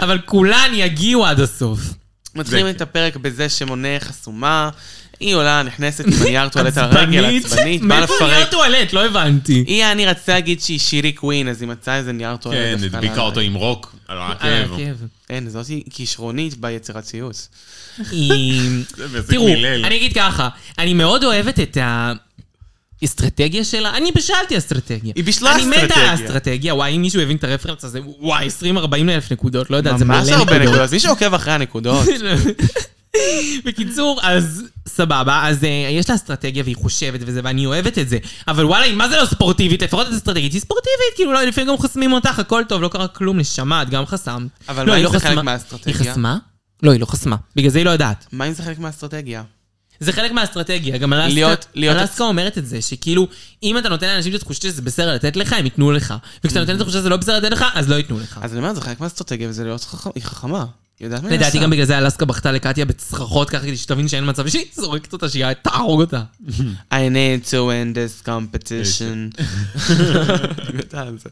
אבל כולן יגיעו עד הסוף. מתחילים זה- את הפרק בזה שמונה חסומה, היא עולה, נכנסת עם [laughs] הנייר טואלט על הרגל, עצבנית, באה מאיפה נהיה לפרק. טואלט? לא הבנתי. היא, אני רציתי להגיד שהיא שירי קווין, אז היא מצאה איזה נייר טואלט. כן, דפקה הדביקה לה. אותו עם רוק על אה, העקב. עקב. אין, זאת היא כישרונית ביצירתיות. היא- זה מזיק תראו, מילל. אני אגיד ככה, אני מאוד אוהבת את האסטרטגיה שלה, אני בשלתי אסטרטגיה. היא בישלה אני מתה אסטרטגיה. על אסטרטגיה, וואי, אם מישהו הבין את הרפרנס הזה, וואי, 20-40 אלף נקודות, לא יודעת, זה מלא ממש נקודות. הרבה נקודות. מי שעוקב אחרי הנקודות, [laughs] בקיצור, אז סבבה, אז אה, יש לה אסטרטגיה והיא חושבת וזה, ואני אוהבת את זה. אבל וואלה, היא מה זה לא ספורטיבית? לפחות את אסטרטגית היא ספורטיבית, כאילו, לא, לפעמים גם חוסמים אותך, הכל טוב, לא קרה כלום, נשמה, את גם חסמת. אבל לא, מה היא אם לא זה חלק חסמה- מהאסטרטגיה? היא חסמה? לא, היא לא חסמה. בגלל זה היא לא יודעת. מה אם זה חלק מהאסטרטגיה? זה חלק מהאסטרטגיה, גם אלסקה, להיות- להיות- אלסקה אומרת את זה, שכאילו, אם אתה נותן לאנשים את התחושה שזה בסדר לתת לך, הם ייתנו לך. וכשאתה נותן את התחושה שזה לא בסדר לתת לך, אז לא ייתנו לך. Mhm. אז אני אומר, זה חלק מהאסטרטגיה, וזה להיות חכמה. היא חכמה. היא יודעת מה היא לדעתי עושה. גם בגלל זה אלסקה בכתה לקטיה בצרחות ככה כדי שתבין שאין מצב שהיא זורקת אותה, שהיא תהרוג אותה. I need to win this competition. [laughs] אני מתה על זה.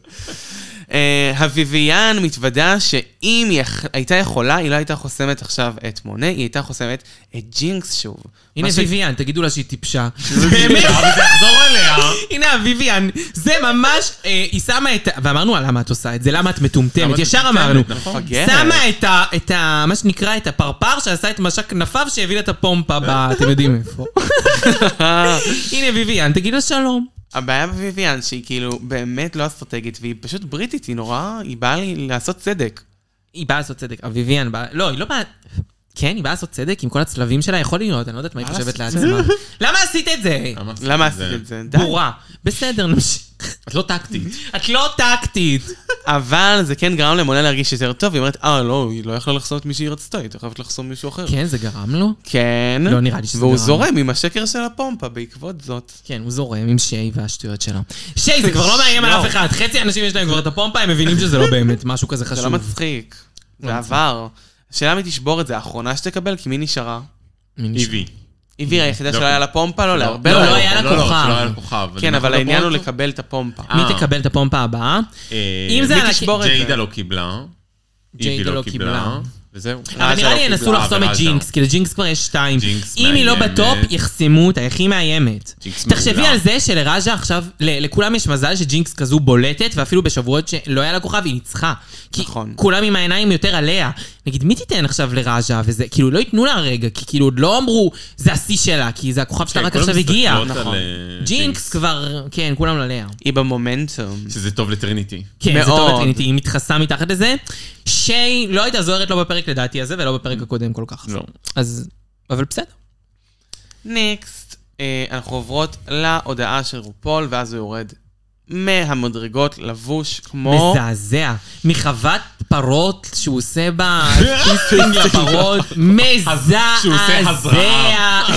אה, הוויביאן מתוודה שאם היא יכ- הייתה יכולה, היא לא הייתה חוסמת עכשיו את מונה, היא הייתה חוסמת את ג'ינקס שוב. הנה מה ש- ויויאן, תגידו לה שהיא [laughs] טיפשה. באמת, אבל זה יחזור אליה. הנה הוויויאן, זה ממש, אה, היא שמה את, ה- ואמרנו לה למה את עושה את זה, למה את מטומטמת, למה את ישר מטומטמת, אמרנו. נכון. מפגרת. שמה את ה, את ה, מה שנקרא, את הפרפר שעשה את משק כנפיו שהביא לה את הפומפה ב... אתם יודעים [laughs] איפה. הנה ויויאן, תגיד לה שלום. הבעיה בוויביאן שהיא כאילו באמת לא אסטרטגית, והיא פשוט בריטית, היא נורא, היא באה לי לעשות צדק. היא באה לעשות צדק, אביביאן באה... לא, היא לא באה... כן, היא באה לעשות צדק עם כל הצלבים שלה, יכול להיות, אני לא יודעת מה היא באה חושבת לעשות לעצמה. למה עשית את זה? למה עשית את זה? די. בורה. בסדר, נמשיך. את לא טקטית. את לא טקטית. אבל זה כן גרם למונה להרגיש יותר טוב, היא אומרת, אה, לא, היא לא יכלה לחסום את מי שהיא רצתה, היא הייתה חייבת לחסום מישהו אחר. כן, זה גרם לו? כן. לא נראה לי שזה והוא גרם. זורם עם השקר של הפומפה בעקבות זאת. כן, הוא זורם עם שיי והשטויות שלו. שיי, זה כבר לא מאיים על לא. אף אחד. חצי האנשים יש להם כבר את הפומפה, הם מבינים שזה לא באמת משהו כזה זה לא חשוב. לא מצחיק. זה עבר. השאלה אם היא תשבור את זה, האחרונה שתקבל, כי מי נשארה? מי נשמע? איבי. היא והיא היחידה לא. שלא היה לה פומפה, לא להרבה. לא, לה לא היה. היה לה לא, כוכב. שלא היה לה כוכב. כן, אני יכול אבל העניין הוא לבוא אותו? לקבל את הפומפה. מי אה. תקבל את הפומפה הבאה? אה, אם זה מי על הכ- תשבור את זה? ג'יידה ג'יידה לא קיבלה. ג'יידה איבי לא לא קיבלה. קיבלה. וזהו. אבל נראה שלא לי ינסו קיבלה, לחסום את אבל עזה. ג'ינקס, כי לג'ינקס כבר יש שתיים. ג'ינקס אם היא לא מאיימת. בטופ, יחסמו אותה, היא הכי מאיימת. ג'ינקס תחשבי מעולה. על זה שלראז'ה עכשיו, ל- לכולם יש מזל שג'ינקס כזו בולטת, ואפילו בשבועות שלא היה לה כוכב, היא ניצחה. כי נכון. כולם עם העיניים יותר עליה. נגיד, מי תיתן עכשיו לראז'ה וזה? כאילו, לא ייתנו לה רגע, כי כאילו עוד לא אמרו, זה השיא שלה, כי זה הכוכב שלה כן, רק כולם עכשיו הגיע. מסתכלות על, נכון. אה, ג'ינקס כבר, כן, כולם עליה. היא במומנטום. שזה טוב לטריניטי. כן, זה טוב מאוד. לטריניטי, היא מתחסה מתחת לזה. שיי לא הייתה זוהרת לא בפרק לדעתי הזה, ולא בפרק הקודם כל כך. לא. אז, אבל בסדר. ניקסט. אה, אנחנו עוברות להודעה של רופול, ואז הוא יורד מהמדרגות לבוש כמו... מזעזע. מחוות פרות שהוא עושה בה פיסטינג לפרות, שהוא עושה מזעזע. הזרעה. כן,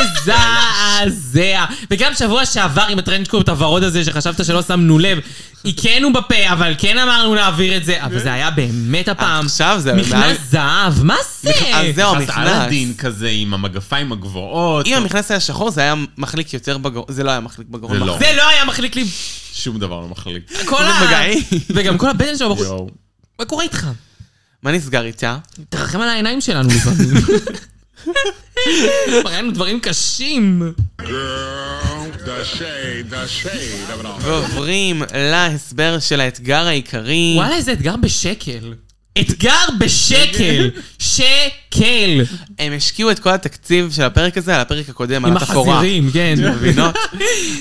הזרעה. מזעזע. וגם שבוע שעבר עם הטרנדקוט הוורוד הזה, שחשבת שלא שמנו לב, הכינו בפה, אבל כן אמרנו להעביר את זה, אבל זה היה באמת הפעם. עכשיו זה... אה, מעל- אה, מכנס אה, זהב, מה זה? אז זהו, נכנס אלאדין מכנס. כזה עם המגפיים הגבוהות. אם המכנס היה שחור, זה היה מחליק יותר בגרון. זה לא היה מחליק בגרון. זה לא. זה לא היה מחליק לי שום דבר לא מחליק. כל ה... מגעי. וגם כל הבטן שלו בחוץ. יואו. מה קורה איתך? מה נסגר איתה? תרחם על העיניים שלנו לפעמים. ראינו דברים קשים. Girl, the shade, the shade of it all. ועוברים להסבר של האתגר העיקרי. וואלה, איזה אתגר בשקל. אתגר בשקל! שקל! הם השקיעו את כל התקציב של הפרק הזה על הפרק הקודם, על עם התפאורה. החזירים, כן. מבינות?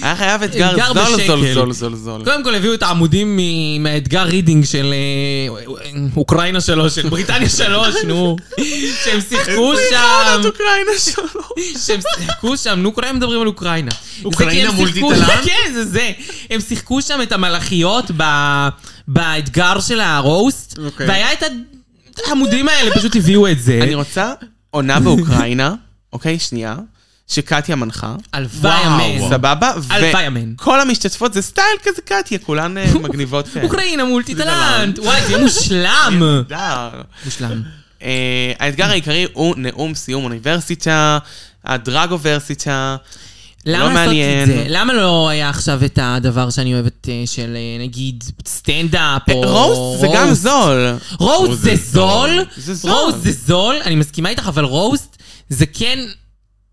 היה חייב אתגר אתגר זול, בשקל. זול, זול, זול, זול. קודם כל הביאו את העמודים מ- מהאתגר רידינג של אה, אוקראינה שלוש, של בריטניה שלוש, נו. שהם שיחקו שם. אוקראינה שלו. אה? שהם שיחקו שם, נו, כולם מדברים על אוקראינה. אוקראינה זה כי הם מול שיחקו- טיטלן? [laughs] כן, זה זה. הם שיחקו שם את המלאכיות ב- באתגר של הרוסט, אוקיי. והיה את העמודים האלה, פשוט הביאו את זה. אני רוצה עונה באוקראינה, אוקיי, שנייה, שקטיה מנחה. הלוואי וואו. אמן. סבבה? הלוואי, אמן. וכל המשתתפות זה סטייל כזה קטיה, [laughs] כולן אה, מגניבות כאלה. אוקראינה מול טיטלנט. וואי, לא זה יהיה מושלם. נהדר. מושלם. אה, האתגר העיקרי הוא נאום סיום אוניברסיטה, הדרגוברסיטה. אה, למה לעשות את לא מעניין. זה? למה לא היה עכשיו את הדבר שאני אוהבת אה, של אה, נגיד סטנדאפ או... רוסט אה, זה גם רוסט? זול. רוסט זה זול, זה זול. רוסט זה זול, אני מסכימה איתך, אבל רוסט זה כן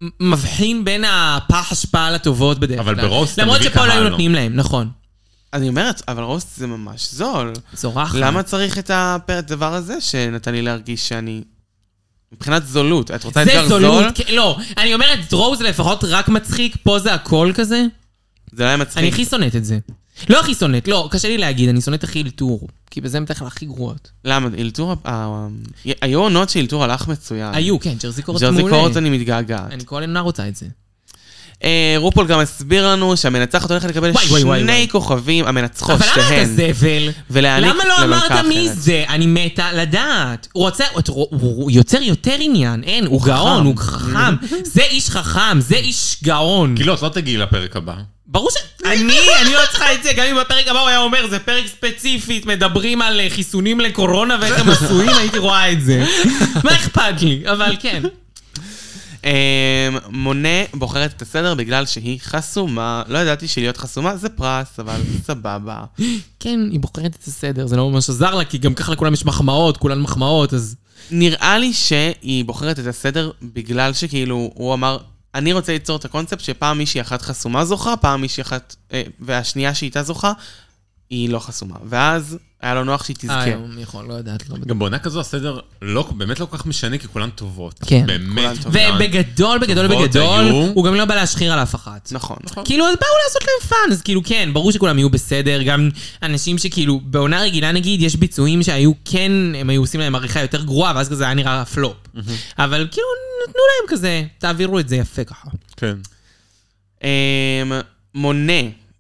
מ- מבחין בין הפח אשפה לטובות בדרך כלל. אבל ברוסט אתה למרות מביא שפה לא קהל, היו לא. נותנים להם, נכון. אני אומרת, אבל רוסט זה ממש זול. צורחת. למה צריך את הפר- הדבר הזה שנתן לי להרגיש שאני... מבחינת זולות, את רוצה זה אתגר זול? זולות, כן, לא, אני אומרת, רוסט זה לפחות רק מצחיק, פה זה הכל כזה. זה לא היה כן. אני מצחיק. הכי שונאת את זה. לא הכי שונאת, לא, קשה לי להגיד, אני שונאת הכי אלתור. כי בזה הם בדרך כלל הכי גרועות. למה? אילתור... ה- ה- היו עונות שאילתור הלך מצוין. היו, כן, ג'רזי קורט מעולה. אה. ג'רזי קורט אני מתגעגעת. אני כל אינה רוצה את זה. אה, רופול גם הסביר לנו שהמנצחת הולכת לקבל וואי, וואי, וואי, וואי. שני כוכבים, המנצחות, אבל למה אתה שתיהן. זבל? ולהעניק למה לא למלכה אמרת מי אחרת. זה? אני מתה לדעת. הוא רוצה, הוא- הוא- הוא יוצר יותר עניין, אין, הוא גאון, הוא חכם. זה איש חכם, זה איש גאון. גילות, לא תגיעי לפרק הבא. ברור ש... [laughs] אני, אני לא צריכה את זה, גם אם בפרק הבא הוא היה אומר, זה פרק ספציפית, מדברים על אה, חיסונים לקורונה ואיך הם עשויים, הייתי רואה את [laughs] זה. מה אכפת לי? אבל כן. אה, מונה בוחרת את הסדר בגלל שהיא חסומה. לא ידעתי שלהיות חסומה זה פרס, אבל [laughs] סבבה. כן, היא בוחרת את הסדר, זה לא ממש עזר לה, כי גם ככה לכולם יש מחמאות, כולן מחמאות, אז... נראה לי שהיא בוחרת את הסדר בגלל שכאילו, הוא אמר, אני רוצה ליצור את הקונספט שפעם מישהי אחת חסומה זוכה, פעם מישהי אחת, אה, והשנייה שאיתה זוכה, היא לא חסומה. ואז היה לו נוח שהיא אה, תזכה. היום יכול, לא יודעת. לא בטוח. גם בעונה כזו הסדר לא, באמת לא כל כך משנה, כי כולן טובות. כן. באמת כולן טובות. כולן. ובגדול, בגדול, טובות בגדול, היו. הוא גם לא בא להשחיר על אף אחת. נכון. נכון. כאילו, אז באו לעשות להם פאן, אז כאילו, כן, ברור שכולם יהיו בסדר, גם אנשים שכאילו, בעונה רגילה נגיד, יש ביצועים שהיו כן, הם היו עושים להם עריכה יותר גרועה, ואז כזה היה נראה פלופ. אבל כאילו, נתנו להם כזה, תעבירו את זה יפה ככה. כן. אמ, מונה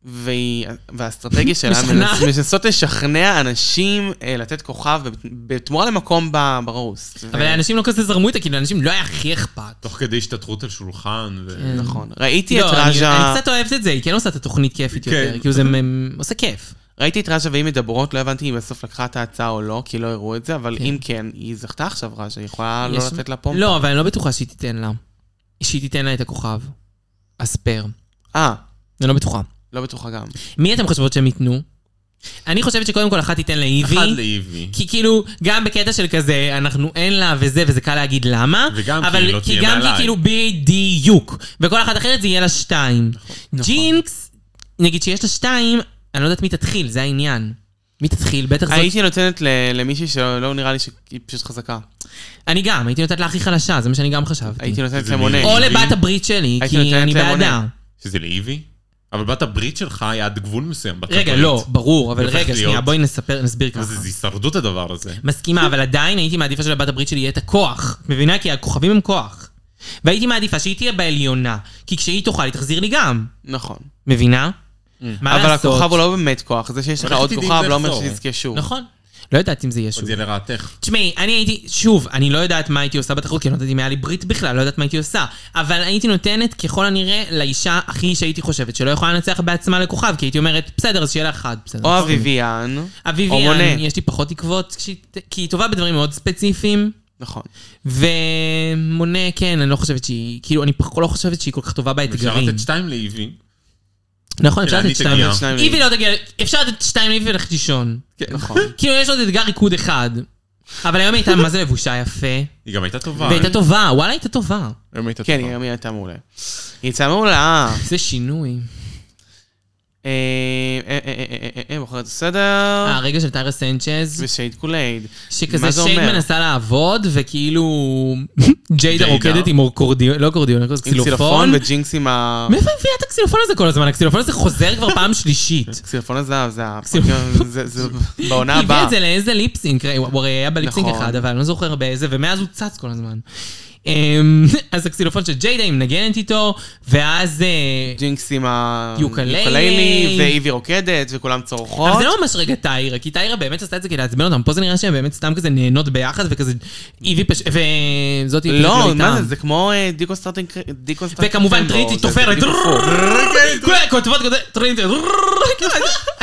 והיא- [laughs] והאסטרטגיה שלה משכנעת. מנס- מנסות לשכנע אנשים אה, לתת כוכב בת- בתמורה למקום ב- ברוסט. ו- אבל האנשים לא כזה זרמו איתה, כאילו, לאנשים לא היה הכי אכפת. תוך כדי השתתרות על שולחן, ו... נכון. ראיתי את לא, אני רג'ה, אני קצת אוהבת את זה, היא כן עושה את התוכנית כיפית כן. יותר, כאילו זה מ- עושה כיף. ראיתי את רג'ה והיא מדברות, לא הבנתי אם בסוף לקחה את ההצעה או לא, כי לא הראו את זה, אבל אם כן, היא זכתה עכשיו רג'ה, היא יכולה לא יש- לתת לה פומפה. לא, אבל אני לא בטוחה שהיא תיתן לה. שהיא תיתן לה את הכוכב. הספייר. אה, אני לא בטוחה. לא בטוחה גם. מי אתם חושבות שהם ייתנו? אני חושבת שקודם כל אחת תיתן לאיבי. אחד לאיבי. כי כאילו, גם בקטע של כזה, אנחנו אין לה וזה, וזה קל להגיד למה. וגם כי אבל לא כי תהיה גם כי מעליי. כאילו בדיוק. וכל אחת אחרת זה יהיה לה שתיים. ג'ינקס, נגיד שיש לה שתיים, אני לא יודעת מי תתחיל, זה העניין. מי תתחיל? בטח זאת... הייתי נותנת ל- למישהי שלא לא נראה לי שהיא פשוט חזקה. אני גם, הייתי נותנת לה הכי חלשה, זה מה שאני גם חשבתי. הייתי נותנת זה למונה. מי? או לאיבי. לבת הברית שלי, הייתי כי נותנת אני למונה. בעדה. שזה לאיבי? אבל בת הברית שלך היה עד גבול מסוים. בת רגע, הברית. לא, ברור, אבל זה הופך רגע, שנייה, להיות- בואי נספר, נסביר אז ככה. זה הישרדות הדבר הזה. מסכימה, אבל עדיין הייתי מעדיפה שלבת הברית שלי יהיה את הכוח. מבינה? כי הכוכבים הם כוח. והייתי מעדיפה שהיא תהיה בעליונה, כי כשהיא תאכל היא תחזיר לי גם. נכון. מבינה? מה Mm. אבל לעשות? הכוכב הוא לא באמת כוח, זה שיש לך אבל איך עוד תדעי אם כוכב זה לא אומר יחזור? שתזכה שוב. נכון. לא יודעת אם זה יהיה עוד שוב. זה לרעתך. תשמעי, אני הייתי, שוב, אני לא יודעת מה הייתי עושה בתחרות, כי אני לא יודעת אם היה לי ברית בכלל, לא יודעת מה הייתי עושה. אבל הייתי נותנת ככל הנראה לאישה הכי שהייתי חושבת, שלא יכולה לנצח בעצמה לכוכב, כי הייתי אומרת, בסדר, אז שיהיה לה אחד, בסדר. או נכון." אביביאן. או אביביאן, מונה. יש לי פחות תקוות, כשהיא- כי היא טובה בדברים מאוד ספציפיים. נכון. ומונה, כן, אני לא חושבת שהיא, כאילו, אני פח- לא חושבת שהיא כל כך טובה אפשר באתגרים. לתת שתיים לאיבי. נכון, אפשר לתת אלא אני שתיים. תגיע. לאיבי. שניים איבי לא תגיע, אפשר לתת שתיים לאיבי וללכת לישון. נכון. כאילו, יש עוד אתגר ריקוד אחד. אבל היום היא הייתה, מה זה לבושה יפה? היא גם הייתה טובה. והייתה טובה, וואלה, הייתה טובה. היום הייתה [laughs] כן, טובה. ירמי הייתה מעולה. היא יצאה מעולה. זה שינוי. אה, אה, אה, אה, אה, אה, אה, בוחרת הסדר. אה, הרגע של טיירה סנצ'ז, ושייד קולייד. שכזה מה זה שייד אומר? מנסה לעבוד, וכאילו... ג'יידה ג'יידה. רוקדת עם אורקורדיון, לא אורקורדיון, אלא עם קסילופון. וג'ינקס עם ה... מאיפה היא הביאה את הקסילופון הזה כל הזמן? הקסילופון הזה חוזר כבר פעם שלישית. קסילופון הזהב, זה ה... קסילופון. זה- זה בעונה היא הביאה הבאה. את זה לאיזה ליפסינק, ראי, הוא הרי היה בליפסינק נכון. אחד, אבל אני לא זוכר באיזה, ומאז הוא צץ כל הזמן. אמ, [laughs] אז הקסילופון של ג'יידה היא מנגנת איתו, ואז... אה, ג'ינקס עם ה... יוקללי. ואיבי רוקדת, וכולם צורחות. אבל זה לא ממש רגע טיירה, כי טיירה באמת עשתה את זה כדי לעצבן אותם, פה זה נראה שהן באמת סתם כזה נהנות ביחד, וכזה איבי פש... וזאתי איבי לא, איתם. מה זה? זה כמו אה, דיקונסטרטינג... דיקונסטרטינג וכמובן קרמבו, טריטי זה תופרת, בדיוק הפוך. כולה כותבות כזה, טריטי,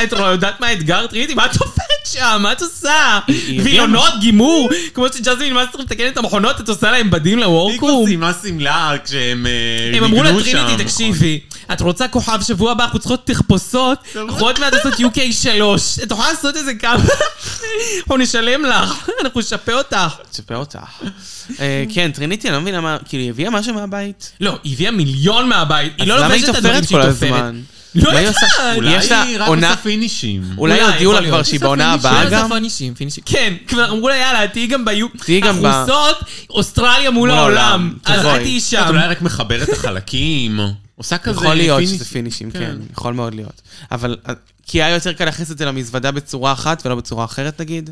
את לא יודעת מה האתגר, טריטי, מה את תופרת שם, מה את עושה? היא וילונות גימור, כמו שג'זמין מאסטר מתקנת את המכונות, את עושה להם בדין היא לוורקרום. סיימה שמלה כשהם אה, הם אמרו ניגנו לטריניטי, שם. תקשיבי, את רוצה כוכב שבוע הבא, אנחנו צריכות תחפושות, אנחנו עוד מעט עושות UK 3. את יכולה לעשות את זה כמה? אנחנו נשלם לך, אנחנו נשפה אותך. תשפה אותך. אה, כן, טריניטי, אני לא מבינה מה... כאילו, היא הביאה משהו מהבית? לא, היא הביאה מיליון מהבית, היא אז לא למה לובשת את הדברים שהיא תופרת. לא מה היא יודעת. עושה? אולי יש לה היא רק עונה- עושה פינישים. אולי הודיעו יכול לה כבר להיות. שהיא בעונה בסוף הבאה אני- גם? בסוף הנישים, פינישים. כן, כבר אמרו לה, יאללה, תהיי גם ביו... תהיי גם ב- אחוזות, אוטרליה מול מול העולם. העולם. נכון. אז אוקיי. את תבואי. תהיי את שם. אולי רק מחברת החלקים. עושה כזה יכול להיות פיניש- שזה פינישים, כן, כן. יכול מאוד להיות. אבל, אה, כי היה יותר קל להכניס את זה למזוודה בצורה אחת ולא בצורה אחרת, נגיד.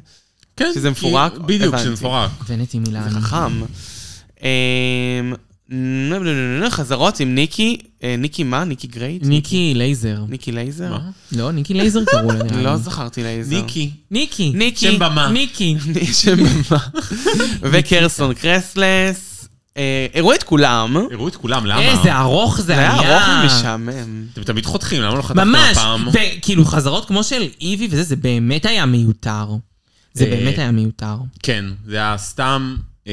כן, שזה כי- מפורק? בדיוק, הבנתי. שזה מפורק. הבאתי מילה. זה נכון. חכם. אמ, חזרות עם ניקי, אה, ניקי מה? ניקי גרייט? ניקי לייזר. ניקי לייזר? מה? לא, ניקי לייזר קראו לה. נראה לי. לא זכרתי לייזר. ניקי. ניקי. ניקי. שם במה. ניקי. שם במה. וקרסון קרסלס. אה, הראו את כולם. הראו את כולם, למה? איזה ארוך זה זה היה. היה ארוך ומשעמם. אתם תמיד חותכים, למה לא חתכתם ממש. הפעם? וכאילו, חזרות כמו של איבי וזה, זה באמת היה מיותר. זה אה, באמת היה מיותר. כן, זה היה סתם... אמ,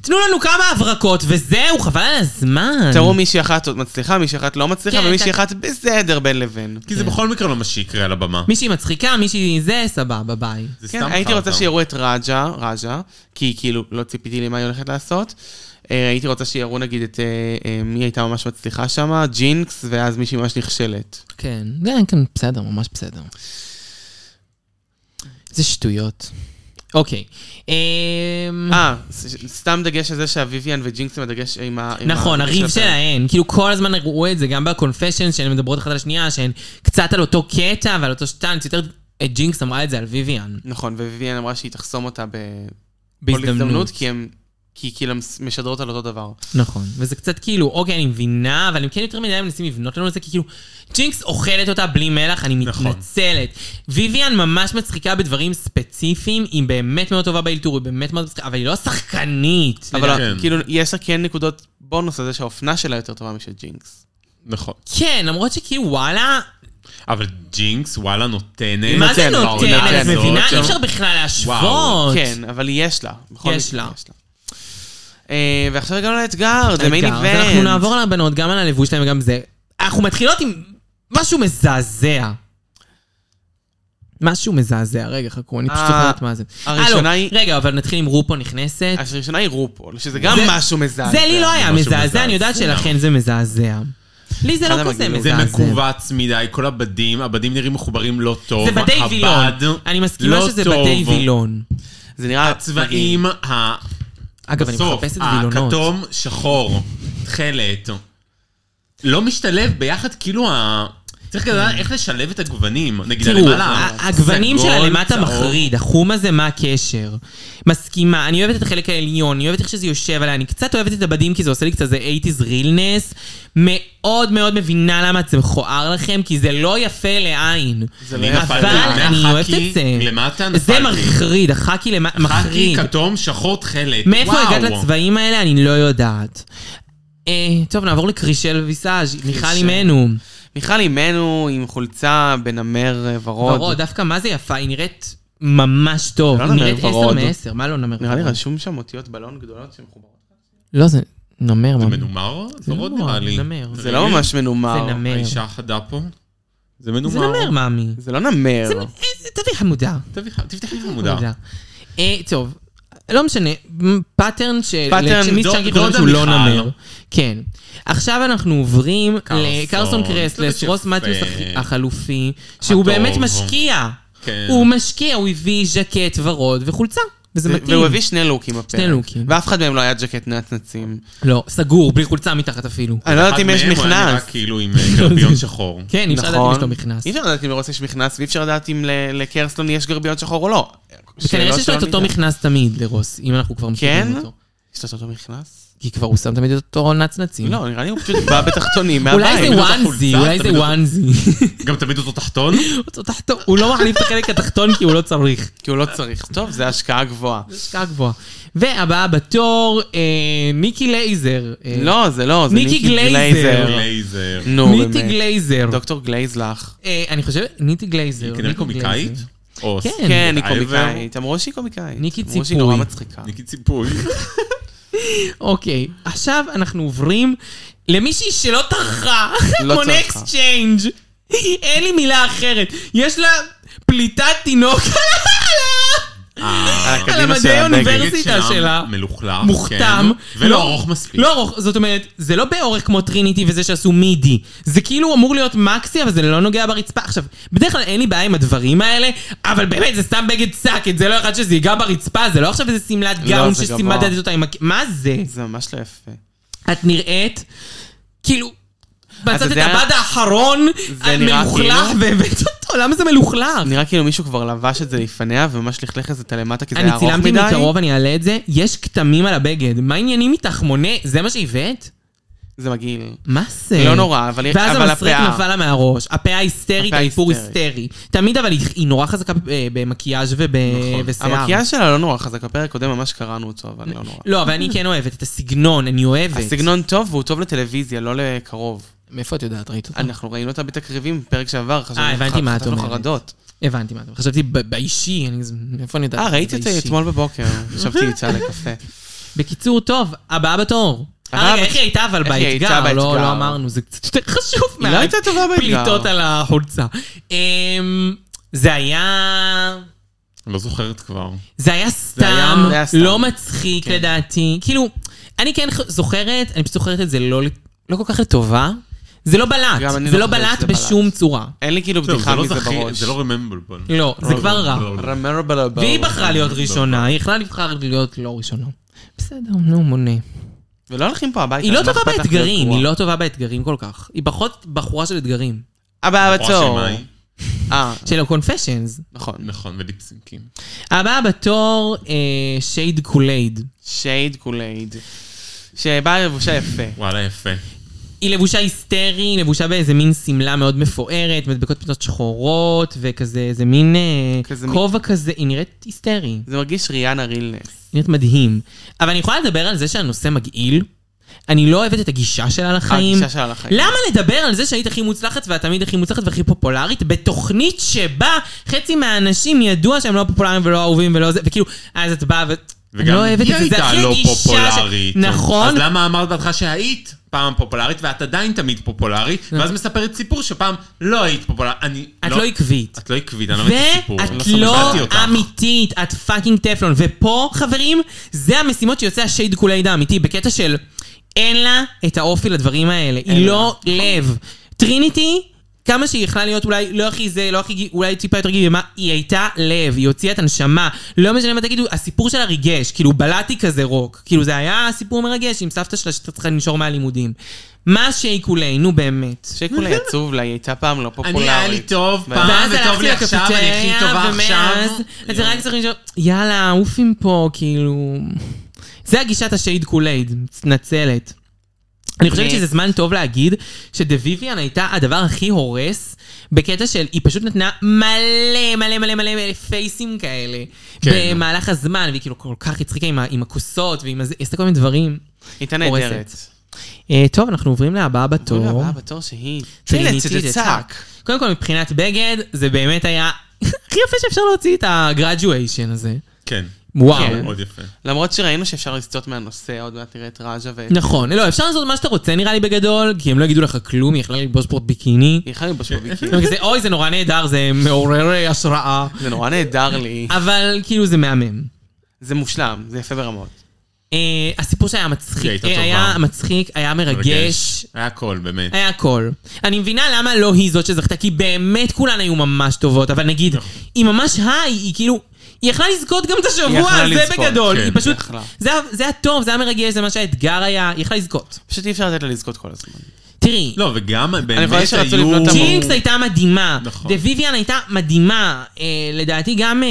תנו לנו כמה הברקות, וזהו, חבל על הזמן. תראו מישהי אחת עוד מצליחה, מישהי אחת לא מצליחה, כן, ומישהי אתה- אחת בסדר בין לבין. כי זה כן. בכל מקרה לא מה שיקרה על הבמה. מישהי מצחיקה, מישהי זה, סבבה, ביי. זה כן, סתם הייתי חרטא. רוצה שיראו את רג'ה, רג'ה, כי כאילו לא ציפיתי למה היא הולכת לעשות. אה, הייתי רוצה שיראו נגיד את אה, אה, מי הייתה ממש מצליחה שם, ג'ינקס, ואז מישהי [laughs] ממש נכשלת. כן, כן, כן, בסדר, ממש בסדר. זה שטויות. אוקיי. אמ, אה, ס- סתם דגש על זה שהוויביאן וג'ינקס עם הדגש עם ה... עם נכון, ה- הריב שלהן. כאילו כל הזמן ראו את זה, גם בקונפשן שהן מדברות אחת על השנייה, שהן קצת על אותו קטע ועל אותו שטאנץ, יותר... אה, ג'ינקס אמרה את זה על ויויאן. נכון, וויביאן אמרה שהיא תחסום אותה ב... כל בהזדמנות. כי הם... כי כאילו הם משדרות על אותו דבר. נכון. וזה קצת כאילו, אוקיי, אני מבינה, אבל הם כן יותר מדי מנסים לבנות לנו את זה, כי כאילו, ג'ינקס אוכלת אותה בלי מלח, אני נכון. מתנצלת. ויויאן ממש מצחיקה בדברים ספציפיים, היא באמת מאוד טובה באלתור, היא באמת מאוד מצחיקה, אבל היא לא שחקנית. אבל כן. כאילו, יש לה כן נקודות בונוס לזה שהאופנה שלה יותר טובה משל ג'ינקס. נכון. כן, למרות שכאילו, וואלה, אבל ג'ינקס, וואלה, נותנת. מה זה נותן? בעונה את הזאת, כן. מבינה? אי שם. אפשר בכלל להשוות. וואו, כן, אבל יש לה. בכל יש מקרה, לה. אה, ועכשיו הגענו לאתגר, זה מיין האתגר. אז איבנט. אנחנו נעבור על הבנות, גם על הלבוש שלהם וגם זה. אנחנו מתחילות עם משהו מזעזע. משהו מזעזע, רגע, חכו, אני פשוט אה, זוכרת מה זה. הראשונה אה, לא, היא- רגע, אבל נתחיל עם רופו נכנסת. אז הראשונה היא רופול, שזה גם זה- אה, משהו מזעזע. זה לי לא היה משהו מזעזע, מזעזע. אני יודעת שלכן זה מזעזע. לי זה אחד לא כזה המגניבים. זה מזעזע. מכווץ מדי, כל הבדים, הבדים נראים מחוברים לא טוב. זה בדי הבד וילון. אני מסכימה לא שזה טוב. בדי וילון. זה נראה... מגעיל. הצבעים, ה- אגב, אני בסוף, אה, מחפשת וילונות. הכתום, שחור, תכלת, לא משתלב ביחד, כאילו ה... צריך לדעת איך לשלב את הגוונים. נגיד, תראו, הלמעלה, ה- הגוונים סגול, שלה למטה צהוב. מחריד, החום הזה מה הקשר? מסכימה, אני אוהבת את החלק העליון, אני אוהבת איך שזה יושב עליה, אני קצת אוהבת את הבדים כי זה עושה לי קצת איזה 80's realness, מאוד מאוד מבינה למה זה מכוער לכם, כי זה לא יפה לעין. זה אני לא יפה. אבל נפלתי, אני מהחאקי אוהבת את זה. למטה זה נפלתי. מחריד, החאקי למטה, חאקי, מחריד. כתום, שחור, תכלת. מאיפה וואו. הגעת לצבעים האלה? אני לא יודעת. אה, טוב, נעבור לקרישל ויסאז', מיכל קרישל. אימנו. מיכל אימנו עם חולצה בנמר אה, ורוד. ורוד, דווקא מה זה יפה, היא נראית ממש טוב. לא היא נמר נראית עשר ורוד. מעשר, מה לא נמר נראה לי ורוד? רשום שם אותיות בלון גדולות שמחוברות. לא, זה נמר. זה ממש. מנומר? זה לא, עוד נראה לי. נמר. זה לא ממש מנומר. זה נמר. האישה החדה פה? זה זה מנומר. נמר, מאמי. זה לא נמר. זה מ- אה, זה- תביא חמודה. תביא- תפתחי את המודעה. חמודה. אה, טוב, לא משנה, מ- פאטרן של... פאטרן, של מי דוד- שצ'אנקי קוראים דודה שהוא לא מיכל. נמר. כן. עכשיו אנחנו עוברים קרסון. לקרסון לא קרסלס, מסתבר רוס שיפה. מתיוס הח- החלופי, שהוא הטוב. באמת משקיע. כן. הוא משקיע, הוא הביא ז'קט ורוד וחולצה, וזה זה- מתאים. והוא הביא שני לוקים הפרק. שני לוקים. ואף אחד מהם לא היה ג'קט נצנצים. לא, סגור, בלי חולצה מתחת אפילו. אני לא יודעת אם אחד יש מהם הוא היה נראה מכנס. כאילו עם [laughs] אה, גרביון שחור. כן, אי אפשר לדעת אם יש לו מכנס. נכון. אי אפשר לדעת אם לרוס יש מכנס, ואי אפשר לדעת אם ל- לקרסלון יש גרביון שחור או לא. וכנראה שאלות שיש לו את שלא אותו נדע. מכנס תמיד לרוס, אם אנחנו כבר כן? מכירים אותו. יש לו את אותו מכנס? כי כבר הוא שם תמיד את אותו נצנצים. לא, נראה לי הוא פשוט בא בתחתונים [laughs] מהבית. אולי זה תמיד אותה וואנזי, חולצה, אולי תמיד זה אותו- וואנזי. [laughs] גם תמיד אותו תחתון? אותו תחתון, הוא לא מחליף את החלק התחתון כי הוא לא צריך. כי הוא לא צריך. טוב, זה השקעה גבוהה. זו השקעה גבוהה. והבאה בתור, אה, מיקי לייזר. אה, לא, זה לא, זה מיקי מיקי גלייזר. גלייזר. לייזר. כן. נו, ניטי באמת. גלייזר. דוקטור גלייזלך. אה, אני חושבת, ניטי גלייזר. היא כנראה מיקי קומיקאית? גלייזר. או כן. סטנדאפ כן, היא אייבר? קומיקאית. אמרו שהיא קומיקאית. ניקי אמרו שהיא ציפוי. נורא מצחיקה. ניקי [laughs] ציפוי. אוקיי, עכשיו אנחנו עוברים למישהי שלא טרחה, לא כמו טרחה. נקסט צ'יינג'. אין לי מילה אחרת. יש לה פליטת תינוק אוקיי, אה, על קדימה של המדעי הדגל. האוניברסיטה הבגד שלה. מלוכלך. מוכתם. כן. ולא ארוך מספיק. לא ארוך, זאת אומרת, זה לא באורך כמו טריניטי וזה שעשו מידי. זה כאילו אמור להיות מקסי, אבל זה לא נוגע ברצפה. עכשיו, בדרך כלל אין לי בעיה עם הדברים האלה, אבל באמת, זה סתם בגד סאקט, זה לא אחד שזה ייגע ברצפה, זה לא עכשיו איזה שמלת לא, גאון זה גבוה. שסימדת אותה עם... הק- מה זה? זה ממש לא יפה. את נראית כאילו... מצאת את יודע- הבד האחרון, זה נראה המלוכלך, כאילו- והבאת אותו, למה זה מלוכלך? נראה כאילו מישהו כבר לבש את זה לפניה וממש לכלך את זה למטה כי זה אני היה ארוך מדי. צילמתי מקרוב, אני אעלה את זה. יש כתמים על הבגד, מה העניינים איתך, מונה? זה מה שהבאת? זה מגעיל. מה זה? לא נורא, אבל- אה. ואז אבל המסריק הפאה. נפל לה מהראש. הפאה היסטרית, הפאה האיפור היסטרית. היסטרי. תמיד אבל היא- היא נורא חזקה אה, במקיאז' וב- נכון. ושיער. המקיאז' שלה לא נורא חזק, הפרק הקודם ממש קראנו אותו, אבל לא נורא. לא, אבל אני כן אוהבת את הסגנון, אני אוהבת. הסגנון טוב והוא טוב לטלוויזיה, לא לקרוב. מאיפה את יודעת? ראית אותו? אנחנו ראינו אותה בתקריבים, פרק שעבר, חשבנו אה, הבנתי מה את חטפנו אומרת. חרדות. הבנתי מה אתה אומר. חשבתי ב- באישי, אני- מאיפה אני יודעת? אה, ראיתי את באישי. זה אתמול בבוקר, ישבתי [laughs] איתה לקפה. בקיצור, טוב, הבאה בתור. הבאה אה, רגע, בת- איך היא הייתה אבל איך היא הייתה באתגר? לא באתגר? לא אמרנו, זה קצת יותר חשוב היא לא הייתה טובה באתגר. פליטות על החולצה. אמ, זה היה... לא זוכרת כבר. זה היה סתם, היה- זה היה סתם. לא מצחיק כן לדעתי. כאילו, אני כן ח- זוכרת, אני פשוט זוכרת את זה לא, ל- לא כל כך לטובה. זה לא בלט, גם אני זה לא לא חושב בלט שזה בשום בלט. צורה. אין לי כאילו זהו, זה בדיחה לא מזה זכי, בראש. זה לא רממבלבול. לא, זה כבר רע. רמרו בלבו. והיא בחרה להיות לא, ראשונה, היא יכלה לבחר להיות לא ראשונה. בסדר, נו, מונה. ולא הולכים פה הביתה. היא לא מה טובה אכפת לך להיות באתגרים, גרועה? היא לא טובה באתגרים כל כך. היא פחות בחורה של אתגרים. הבאה בתור. מאי. אה, של ה-confessions. נכון. נכון, וליפסינקים. הבאה בתור, אה, שייד קולייד. שייד קולייד. שבאה לבושה יפה. וואלה, יפה. היא לבושה היסטרי, היא לבושה באיזה מין שמלה מאוד מפוארת, מדבקות פינות שחורות, וכזה, איזה מין אה, כזה מין- כובע כזה, היא נראית היסטרי, היא זה מרגיש ריאנה רילנס. נראית מדהים. אבל אני יכולה לדבר על זה שהנושא מגעיל? אני לא אוהבת את הגישה שלה לחיים. הגישה שלה לחיים. למה לדבר על זה שהיית הכי מוצלחת ואת תמיד הכי מוצלחת והכי פופולרית בתוכנית שבה חצי מהאנשים ידוע שהם לא פופולריים ולא אהובים ולא זה, וכאילו, אז את באה ו... אני לא אוהבת את זה, זה הכי היא הייתה לא הגישה ש- פופולרית. נכון, אז למה אמרת בהתחלה שהיית פעם פופולרית, ואת עדיין תמיד פופולרית, ואז מספרת סיפור שפעם לא היית פופולרית. אני נכון. את לא עקבית. את לא עקבית, אני לא מבין את הסיפור. ואת סתם לא הבנתי אותך. אמיתית, את פאקינג טפלון. ופה, חברים, זה המשימות שיוצא השייד קולייד האמיתי, בקטע של אין לה את האופי לדברים האלה. היא לא לב. טריניטי, כמה שהיא יכלה להיות אולי לא הכי זה, לא הכי, גי- אולי טיפה יותר גיל, היא הייתה לב, היא הוציאה את הנשמה. לא משנה מה תגידו, הסיפור שלה ריגש, כאילו בלעתי כזה רוק. כאילו זה היה סיפור מרגש עם סבתא שלה שהייתה צריכה לנשור מהלימודים. מה שייקולי, נו באמת. שייד קולייד עצוב לה, היא הייתה פעם לא פופולרית. נכון. אני היה לי טוב ו- פעם. ואז וטוב הלכתי לי עכשיו, אני הכי לקפיטריה, טובה ומאז, עכשיו. אז רק צריכים לשאול, יאללה, עופים פה, כאילו... זה הגישת השהיד קולייד, מתנצלת. אני חושבת אני- שזה זמן טוב להגיד שדה ויויאן הייתה הדבר הכי הורס בקטע של היא פשוט נתנה מלא מלא מלא מלא מלא פייסים כאלה כן. במהלך הזמן והיא כאילו כל כך הצחיקה עם ה- עם הכוסות ועם הזה, היא עשתה כל מיני דברים. היא הייתה נהדרת. הורסת. אה, טוב, אנחנו עוברים להבאה אוי, בתור. הבאה בתור שהיא. כן, טריניטי טריניטי דה דה צאק. קודם כל, מבחינת בגד, זה באמת היה הכי יפה שאפשר להוציא את הגרדואשן הזה. כן, וואו. כן. מאוד יפה. למרות שראינו שאפשר לסטות מהנושא, עוד מעט נראה את רג'ה ואת... נכון, לא, אפשר לעשות מה שאתה רוצה נראה לי בגדול, כי הם לא יגידו לך כלום, היא יכלה ללבוש פורט ביקיני. היא יכולה לבוש בביקי. הם כזה, אוי, זה נורא נהדר, זה מעורר השראה. זה נורא נהדר לי. אבל כאילו זה מהמם. זה מושלם, זה יפה ברמות. אה, הסיפור שהיה היא מצחיק, הייתה אה, טובה. היה מצחיק, היה מרגש, היה הכל, באמת. היה הכל. אני מבינה למה לא היא זאת שזכתה, כי באמת כולן היו ממש טובות, אבל לא. נגיד, היא ממש היי, היא כאילו... היא יכלה לזכות גם את היא השבוע יכלה הזה לזכות, בגדול, כן, היא פשוט... היא יכלה. זה היה- זה היה טוב, זה היה מרגש, זה מה שהאתגר היה, היא יכלה לזכות. פשוט אי אפשר לתת לה לזכות כל הזמן. תראי, לא, וגם באמת חושב שרצו היו... לבנות את המ- ג'ינקס הייתה מדהימה, נכון. דה ויויאן הייתה מדהימה, אה, לדעתי גם אה,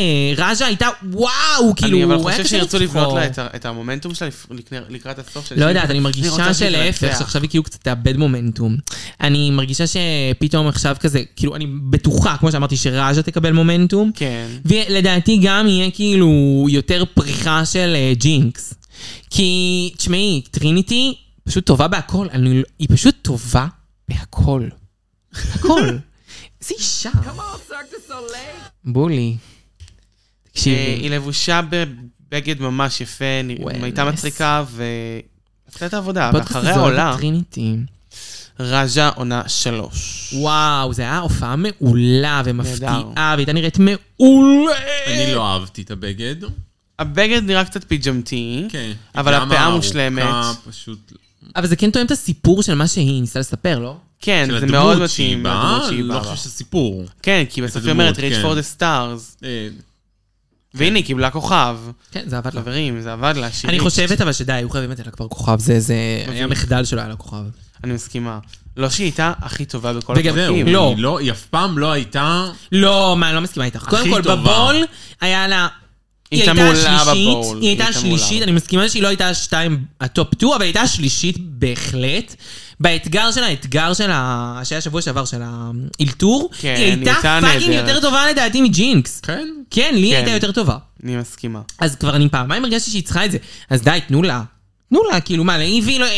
רג'ה הייתה וואו, כאילו... אני אבל היה חושב קשה שירצו לבחור. לבנות לה את ה- את המומנטום שלה לפ- לקנ- לקראת הסוף של לא השיר. יודעת, אני מרגישה רוצה שלהפך, שתנצח. שעכשיו היא כאילו קצת תאבד מומנטום. אני מרגישה שפתאום עכשיו כזה, כאילו, אני בטוחה, כמו שאמרתי, שראז'ה תקבל מומנטום. כן. ולדעתי גם יהיה כאילו יותר פריחה של אה, ג'ינקס. כי, תשמעי, טריניטי פשוט טובה בהכל. אני, לא- היא פשוט טובה בהכל. [laughs] הכל. איזה אישה. בולי. אה, תקשיבי. היא לבושה בבגד ממש יפה, נ- Wellness. הייתה מצחיקה ו... עשתה את העבודה, הפודקאסט ואחרי הזה אוהב את העולה, טריניטי. רג'ה עונה שלוש. וואו, זו הייתה הופעה מעולה ומפתיעה, נהדר. והייתה נראית מעולה. אני לא אהבתי את הבגד. הבגד נראה קצת פיג'מטי, כן. אבל גם הפאה הארוכה, מושלמת. פשוט... אבל זה כן תואם את הסיפור של מה שהיא ניסתה לספר, לא? כן, של זה הדמות מאוד שהיא מתאים באה, לדמות שהיא לא באה. חושב שזה סיפור. כן, כי בסוף היא הדמות, אומרת, reach כן. for the stars, אה, והנה, היא קיבלה כוכב. כן, זה עבד נכון. לה. חברים, זה עבד לה, שירית. אני חושבת אבל שדי, היו חייבים לתת לה כבר כוכב, זה זה היה מבין. מחדל שלא היה לה כוכב. אני מסכימה. לא שהיא הייתה הכי טובה בכל וגם- זהו, הפרקים. לא. היא לא, היא אף פעם לא הייתה... לא, מה, אני לא מסכימה איתך. קודם כל, טובה. בבול היה לה... היא היא הייתה הייתה מעולה השלישית, בבול. היא הייתה היא הייתה השלישית, מעולה. אני מסכימה שהיא לא הייתה השתיים, הטופ 2, אבל היא הייתה השלישית בהחלט. באתגר שלה, האתגר שלה, שהיה שבוע שעבר של האלתור, כן, היא הייתה הייתה פאקינג נהדרת. יותר טובה לדעתי מג'ינקס. כן. כן, לי כן. הייתה יותר טובה. אני מסכימה. אז כבר אני פעמיים הרגשתי שהיא צריכה את זה. אז די, תנו לה. תנו לה, כאילו מה, לאיבי לא אה,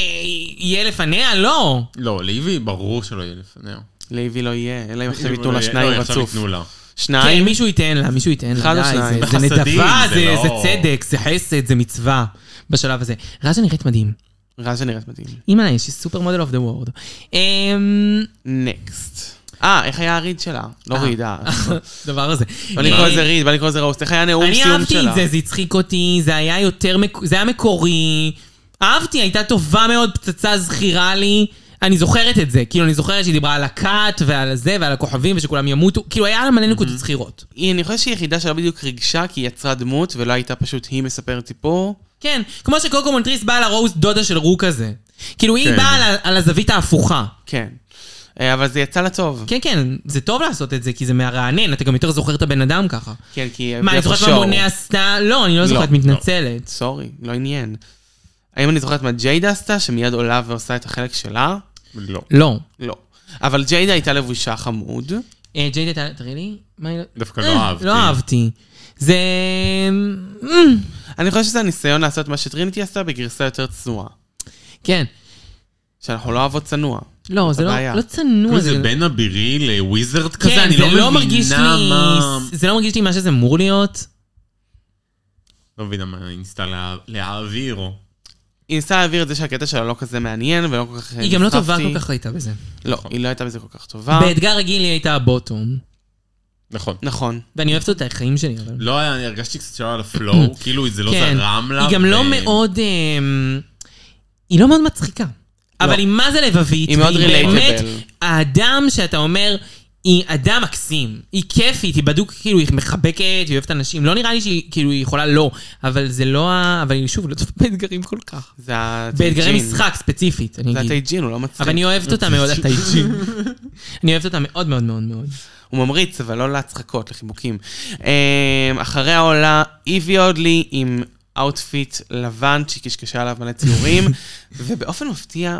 יהיה לפניה? לא. לא, לאיבי ברור שלא יהיה לפניה. לאיבי לא יהיה, אלא אם עכשיו ייתנו לא, לה שניים לא, עכשיו רצוף. ייתנו לה. כן, שניים? מישהו ייתן לה, מישהו ייתן לה. אה, אחד או די, שניים. זה- זה בחסדים, נדבה, זה זה לא- זה צדק, זה חסד, זה מצווה. בשלב הזה. רג'ה נראית מדהים. כן. רז'ה נראית מדהים. אימא'לה, יש סופר מודל אוף דה וורד. אמ, נקסט. אה, איך היה הריד שלה? לא אה. [laughs] ריד, אה. [coughs] דבר הזה. בא לקרוא אה, לזה ריד, בא לקרוא לזה רוסט. איך היה נאום אני סיום אהבתי שלה? את זה, זה הצחיק אותי, זה היה יותר, מק- זה היה מקורי. אהבתי, הייתה טובה מאוד, פצצה זכירה לי. אני זוכרת את זה, כאילו אני זוכרת שהיא דיברה על הכת ועל זה ועל הכוכבים ושכולם ימותו, כאילו היה לה מלא נקודות זכירות. היא, אני חושב שהיא יחידה שלא בדיוק ריגשה, כי היא יצרה דמות, ולא הייתה פשוט היא מספרת סיפור. כן, כמו שקוקו מונטריס באה לרוז דודה של רו כזה. כאילו היא כן. באה על ה- על הזווית ההפוכה. כן. אה, אבל זה יצא לה טוב. כן, כן, זה טוב לעשות את זה, כי זה מרענן, אתה גם יותר זוכר את הבן אדם ככה. כן, כי... מה, אני זוכרת מה מונה עשתה? לא, אני לא זוכרת, מתנצלת. סורי, לא עניין. האם אני זוכרת מה ג'יידה עשתה, שמיד עולה ועושה את החלק שלה? לא. לא. לא. אבל ג'יידה הייתה לבושה חמוד. אה, ג'יידה, ת- תראי לי. מה היא לא- דווקא אה, לא אהבתי. לא אהבתי. זה... אמ, אני חושב שזה הניסיון לעשות מה שטריניטי עשתה בגרסה יותר צנועה. כן. שאנחנו לא אוהבות צנוע. לא, זה לא- הבעיה. לא צנוע. כאילו זה בין אבירי לוויזרד כן, כזה, אני זה לא מרגיש מבינה לי- מה... זה לא מרגיש לי מה שזה אמור להיות. לא מבינה מה היא ניסתה לה- להעביר. או- היא ניסתה להעביר את זה שהקטע שלה לא כזה מעניין, ולא כל כך... אה, היא גם לא טובה נחשפתי. כל כך הייתה בזה. לא, היא לא הייתה בזה כל כך טובה. באתגר רגיל היא הייתה הבוטום. נכון. נכון. ואני אוהבת אותה, החיים שלי, אבל... לא, היה- אני הרגשתי קצת שלא על הפלואו, כאילו זה לא זרם לה. כן. היא גם לא ו- מאוד... אמ, היא לא מאוד מצחיקה. אבל היא מה זה לבבית. היא מאוד והיא relatable. באמת האדם שאתה אומר, היא אדם מקסים. היא כיפית, היא בדוק, כאילו, היא מחבקת, היא אוהבת אנשים. לא נראה לי שהיא, כאילו, היא יכולה לא. אבל זה לא ה... אבל היא שוב לא טובה באתגרים כל כך. זה הטייג'ין. באתגרי משחק ספציפית, אני זה אגיד. הטייג'ין, הוא לא מצליח. אבל אני אוהבת אותה מאוד, הטייג'ים. [laughs] אני אוהבת אותה מאוד מאוד מאוד מאוד. הוא ממריץ, אבל לא להצחקות, לחיבוקים. אמ, אחריה עולה איבי אודלי עם אאוטפיט לבן, שהיא קשקשה עליו מלא [laughs] ציורים, ובאופן מפתיע,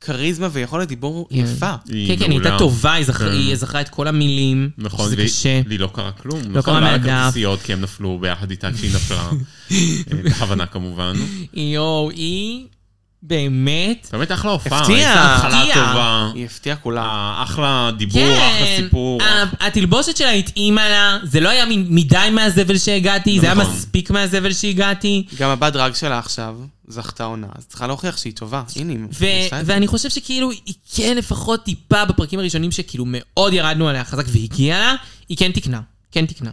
כריזמה ויכולת דיבור כן. יפה. היא כן, כן, היא הייתה מעולה. טובה, היא זכרה- כן. היא זכרה את כל המילים. נכון, שזה והיא- קשה. לי לא קרה כלום. לא קרה לה מהדף. הכרטיסיות, כי הם נפלו ביחד איתה כשהיא [laughs] נפלה. אה, בכוונה כמובן. יואו, היא באמת... באמת אחלה הופעה. הפתיע. הייתה התחלה הפתיע. כן. טובה. היא הפתיעה כולה. אה, אחלה דיבור, אחלה סיפור. נכון. ה- התלבושת שלה התאימה לה, זה לא היה מ- מדי מהזבל שהגעתי, זה היה נכון. מספיק מהזבל שהגעתי. גם הבת דרג שלה עכשיו זכתה עונה, אז צריכה להוכיח שהיא טובה. הנה, היא ו- עושה את זה. ואני חושב שכאילו, היא כן לפחות טיפה בפרקים הראשונים שכאילו מאוד ירדנו עליה חזק והגיעה לה, היא כן תיקנה. כן תיקנה.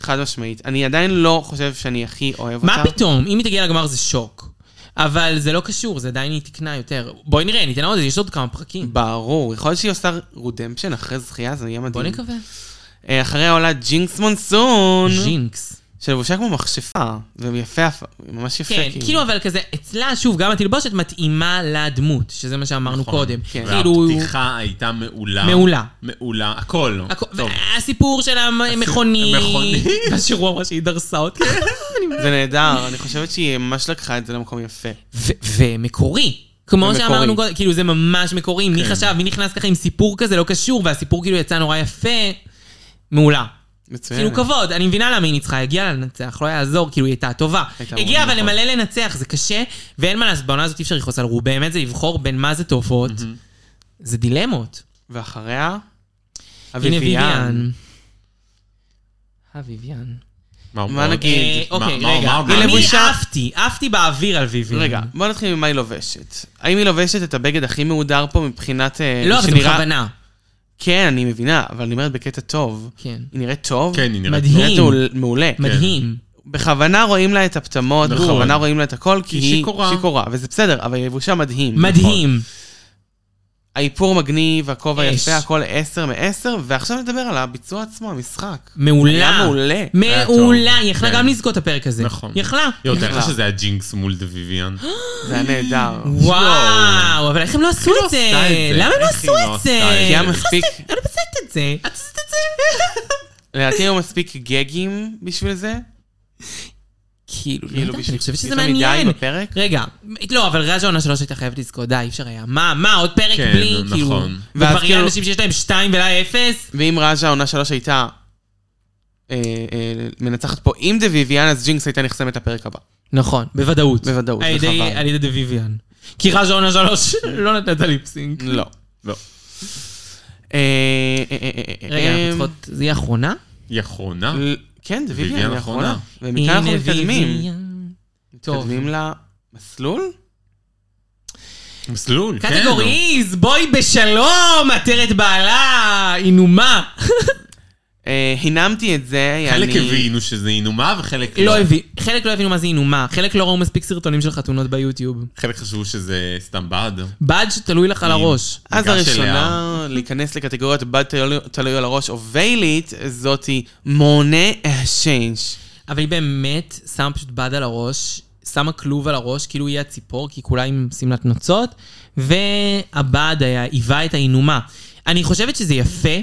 חד משמעית. אני עדיין לא חושב שאני הכי אוהב אותה. מה פתאום? אם היא תגיע לגמר זה שוק. אבל זה לא קשור, זה עדיין היא תיקנה יותר. בואי נראה, ניתן לה עוד, יש עוד כמה פרקים. ברור, יכול להיות שהיא עושה רודמפשן אחרי זכייה, זה יהיה מדהים. בוא נקווה. אה, אחריה עולה ג'ינקס מונסון, ז'ינקס. שלבושה כמו מכשפה, ויפה, ממש יפה. כן, כאילו אבל כזה, אצלה, שוב, גם התלבושת מתאימה לדמות, שזה מה שאמרנו נכון, קודם. כן. כאילו, והפתיחה הייתה מעולה. מעולה. מעולה, הכל. הכ- טוב. והסיפור של המכונית, [laughs] המכונית. והשירו אמרה שהיא דרסה אותי. כן. זה נהדר, אני חושבת שהיא ממש לקחה את זה למקום יפה. ו- ומקורי. כמו ומקורי. כן. שאמרנו קודם, כאילו זה ממש מקורי, מי חשב, מי נכנס ככה עם סיפור כזה לא קשור, והסיפור כאילו יצא נורא יפה. מעולה. מצוין. כאילו כבוד, אני מבינה למה היא ניצחה, הגיעה לה לנצח, לא יעזור, כאילו היא הייתה טובה. הייתה הגיעה מאוד נכון. אבל למלא לנצח, זה קשה, ואין מה לעשות, בעונה הזאת אי אפשר לכעוס על רוב, באמת זה לבחור בין מה זה טובות, זה דילמות. ואחריה, הנה אביביאן. ויויאן. אביביאן. מה מה מה- נגיד? אה, אוקיי, מה- מה- רגע. מה- מה- הנה אני בושה. עפתי, עפתי באוויר על ויויאן. רגע, כן. בוא נתחיל ממה היא לובשת. האם היא לובשת את הבגד הכי מהודר פה מבחינת... אה, לא, אבל זה שנראה- בכוונה. כן, אני מבינה, אבל אני אומרת בקטע טוב. כן. היא נראית טוב? כן, היא נראית מדהים. טוב. נראית מעול- מעולה. מדהים. כן. בכוונה רואים לה את הפטמות, נכון. בכוונה רואים לה את הכל, כי היא היא שיכורה. שיכורה, וזה בסדר, אבל היא יבושה מדהים. מדהים. האיפור מגניב, הכובע אש. יפה, הכל עשר מעשר, ועכשיו נדבר על הביצוע עצמו, המשחק. מעולה. היה מעולה. מעולה. היה טוב. היא יכלה כן. גם לזכות את הפרק הזה. נכון. היא יכלה. יואו, תאר בכלל. לך שזה היה ג'ינקס מול דוויביאן. זה היה נהדר. וואו, אבל איך הם לא עשו את זה? עשתה את זה? למה הם לא איך עשו היא לא את זה? עשתה את זה? כי היה אני לא מספיק, עושה- אני לא עושה את זה. את עשית את זה? [laughs] לדעתי היו מספיק גגים בשביל זה. כאילו, לא כאילו, יודעת, בשביל- אני חושבת שזה יותר מדי מעניין. בפרק? רגע, לא, אבל רז העונה שלוש הייתה חייבת לזכות, די, אי אפשר היה. מה, מה, עוד פרק כן, בלי, נכון. כאילו... ואז וכבר יהיה כאילו- אנשים שיש להם שתיים ולה אפס? ואם רג'ה העונה שלוש הייתה אה, אה, מנצחת פה עם דה ויויאן, אז ג'ינקס הייתה נחסמת לפרק הבא. נכון, בוודאות. בוודאות, על ידי- וחבל. על ידי דוויביאן. כי רז העונה שלוש [laughs] לא נתנה את הליפסינק. לא. לא. אה, אה, אה, אה, אה, רגע, אה, אנחנו צריכות... זה יהיה האחרונה? היא אחרונה? ל- כן, דה ויויאן ויויאן היא האחרונה. האחרונה. ומכאן אנחנו הנה מתקדמים. ויויאן. טוב. מתקדמים למסלול? מסלול, כן. קטגוריז, בואי בשלום, עטרת בעלה, היא נומה. אה, הנמתי את זה, חלק יעני- הבינו שזה הינומה וחלק לא הבין, חלק לא הבינו מה זה הינומה, חלק לא ראו מספיק סרטונים של חתונות ביוטיוב. חלק חשבו שזה סתם בד. בד שתלוי לך על הראש. אז ניגש הראשונה להיכנס לקטגוריית בד תלוי- תלוי על הראש או ויילית, זאתי מונה אשנש. אבל היא באמת שמה פשוט בד על הראש, שמה כלוב על הראש, כאילו היא הציפור, כי כולה עם שמלת נוצות, והבד היה, היווה את ההינומה. אני חושבת שזה יפה,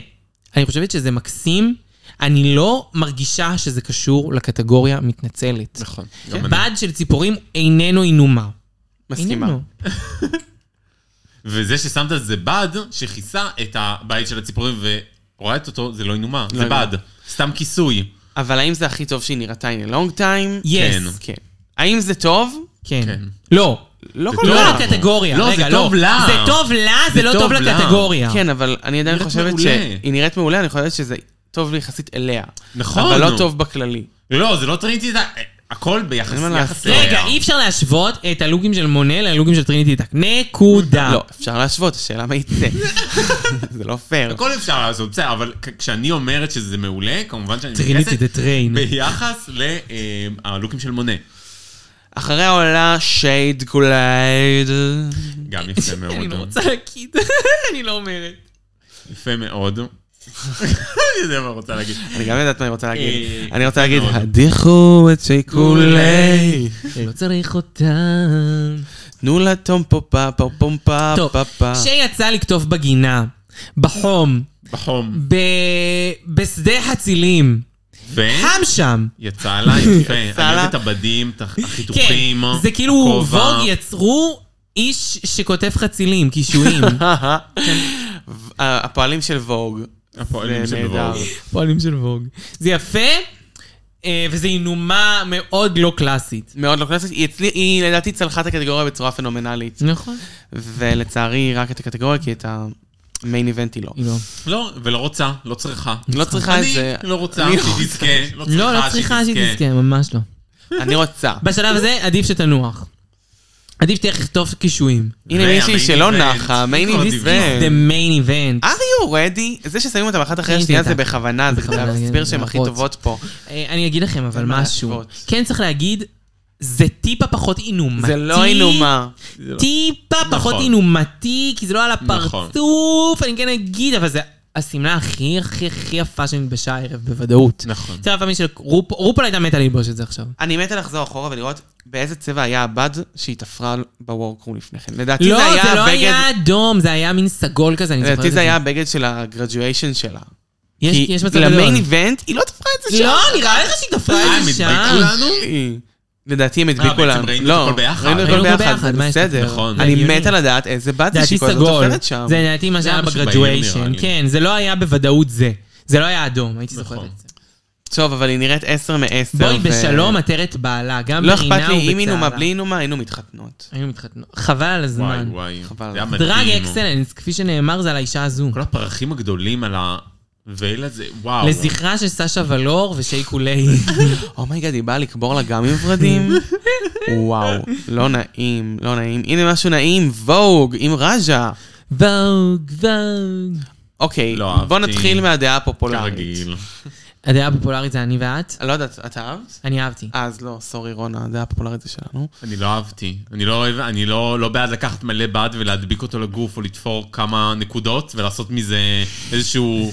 אני חושבת שזה מקסים, אני לא מרגישה שזה קשור לקטגוריה מתנצלת. כן. נכון. גם אני. בד של ציפורים איננו הינומה. מסכימה. איננו. וזה ששמת את זה בד, שכיסה את הבית של הציפורים ורואה אותו, זה לא הינומה, זה הינומה. בד. סתם כיסוי. אבל האם זה הכי טוב שהיא נראתה in a long time? יס. כן. האם זה טוב? כן. כן. לא. לא זה כל טוב. לא כך. לקטגוריה. לא, זה רגע, טוב לה. זה טוב לה, זה זה לא טוב טוב לה. לקטגוריה. כן, אבל אני עדיין נראית חושבת מעולה. שהיא נראית מעולה, אני חושבת שזה טוב לי יחסית אליה. נכון. אבל לא טוב בכללי. לא, זה לא טריניטי, זה- הכל ביחס אין מה יחס לעשות. רגע, אליה. אי אפשר להשוות את הלוקים של מונה ללוקים של טריניטי טק. אה. נקודה. לא, אפשר להשוות, השאלה [laughs] מה יצא. זה לא פייר. הכל אפשר לעשות, בסדר, אבל כ- כשאני אומרת שזה מעולה, כמובן שאני טריניטי דה טריין. [laughs] ביחס ללוקים של מונה. אחריה עולה שייד גולייד. גם יפה אני לא מאוד. רוצה להגיד, [laughs] אני לא אומרת. יפה מאוד. [laughs] אני יודע מה רוצה להגיד. אני גם יודעת מה אני רוצה להגיד. אה, אני רוצה להגיד, מאוד. הדיחו את שיקולי. לא צריך אותם. תנו לה טום פופה פה פום פה טוב, פה פה. [laughs] כשיצא לקטוף בגינה, בחום, [laughs] בחום. ב- בשדה הצילים, ו... חם שם. יצא לה יפה. אני יצא לה. אוהב את הבדים, את הח- כן, החיתוכים. זה כאילו הכובע. ווג יצרו איש שכותב חצילים, קישואים. ו- הפועלים של ווג. הפועלים זה של נהדר. ווג. פועלים של ווג. זה יפה, אה, וזה הינומה מאוד לא קלאסית. מאוד לא קלאסית. היא אצלי- היא לדעתי צלחה את הקטגוריה בצורה פנומנלית. נכון. ולצערי רק את הקטגוריה, כי את המיין איבנט היא לא. לא. לא, ולא רוצה, לא צריכה. לא צריכה את זה. אני לא רוצה אני לא שהיא תזכה. נכון. לא, לא צריכה שתזכה, ממש לא. אני רוצה. בשלב הזה עדיף שתנוח. עדיף שתלך לכתוב קישואים. הנה זה מישהי המיין שלא איבנט. נחה, מיין עוד The איבנט. main event. are you ready? זה ששמים אותם אחת אחרי אין השנייה לי זה דעת. בכוונה, זה כדי בכוונה, להסביר כן, שהן הכי להראות. טובות פה. אה, אני אגיד לכם אבל מה משהו. להשוות. כן צריך להגיד, זה טיפה פחות אינומתי. זה לא אינומה. נכון. טיפה פחות אינומתי, כי זה לא על הפרצוף, אני כן אגיד, אבל זה השמלה הכי הכי הכי יפה שנלבשה הערב, בוודאות. נכון. יותר יפה משל רופ- רופול הייתה מתה ללבוש את זה עכשיו. אני מתה לחזור אחורה ולראות באיזה צבע היה הבד שהיא תפרה בוורקרום לפני כן. לדעתי לא, זה היה זה לא הבגד... היה אדום, זה היה מין סגול כזה, אני זוכרת את לדעתי זה היה הבגד של הגרדואשן שלה. יש כי יש מצב למיין גדול. איבנט היא לא תפרה את זה שם. לא, נראה לך שהיא אה, תפרה את הם זה התביישו שם. לנו? היא- לדעתי הם בעצם הדביקו לה. ראינו לא, את הכל ביחד. ראינו את ראינו הכל הכל ביחד, ביחד, זה מה יש לך? בסדר. נכון. אני הגיוני. מתה לדעת איזה בד זה לדעתי שהיא כל הזמן סגול. תופרת שם. זה לדעתי מה זה שהיה היה משהו בהיר, נראה בגרדואשן. לי. כן, זה לא היה בוודאות זה. זה לא היה אדום, הייתי זוכרת נכון. את זה. טוב, אבל היא נראית עשר מעשר. אה, בואי ו- בשלום עטרת בעלה, גם לא ברינה אכפת לי, אם אינומה ובצהלה. בלי אינומה, היינו מתחתנות. היינו מתחתנות. חבל על וואי הזמן. וואי. חבל. זה היה מדהים. דרג אקסלנס, כפי שנאמר, זה על האישה הזו. כל הפרחים הגדולים על הווייל הזה, וואו. לזכרה של סשה ולור ושייקו [laughs] ליי. אומייגד, היא באה לקבור לה גם עם ורדים? וואו, לא נעים, לא נעים. הנה משהו נעים, ווג עם רג'ה. ווג, ווג. אוקיי, לא אהבתי. בוא נתחיל מהדעה הפופולרית. כרגיל. הדעה הפופולרית זה אני ואת? אני לא יודעת, את אהבת? אני אהבתי. אז לא, סורי רונה, הדעה הפופולרית זה שלנו. אני לא אהבתי. אני לא אוהב, אני לא, לא בעד לקחת מלא בד ולהדביק אותו לגוף או לתפור כמה נקודות ולעשות מזה איזשהו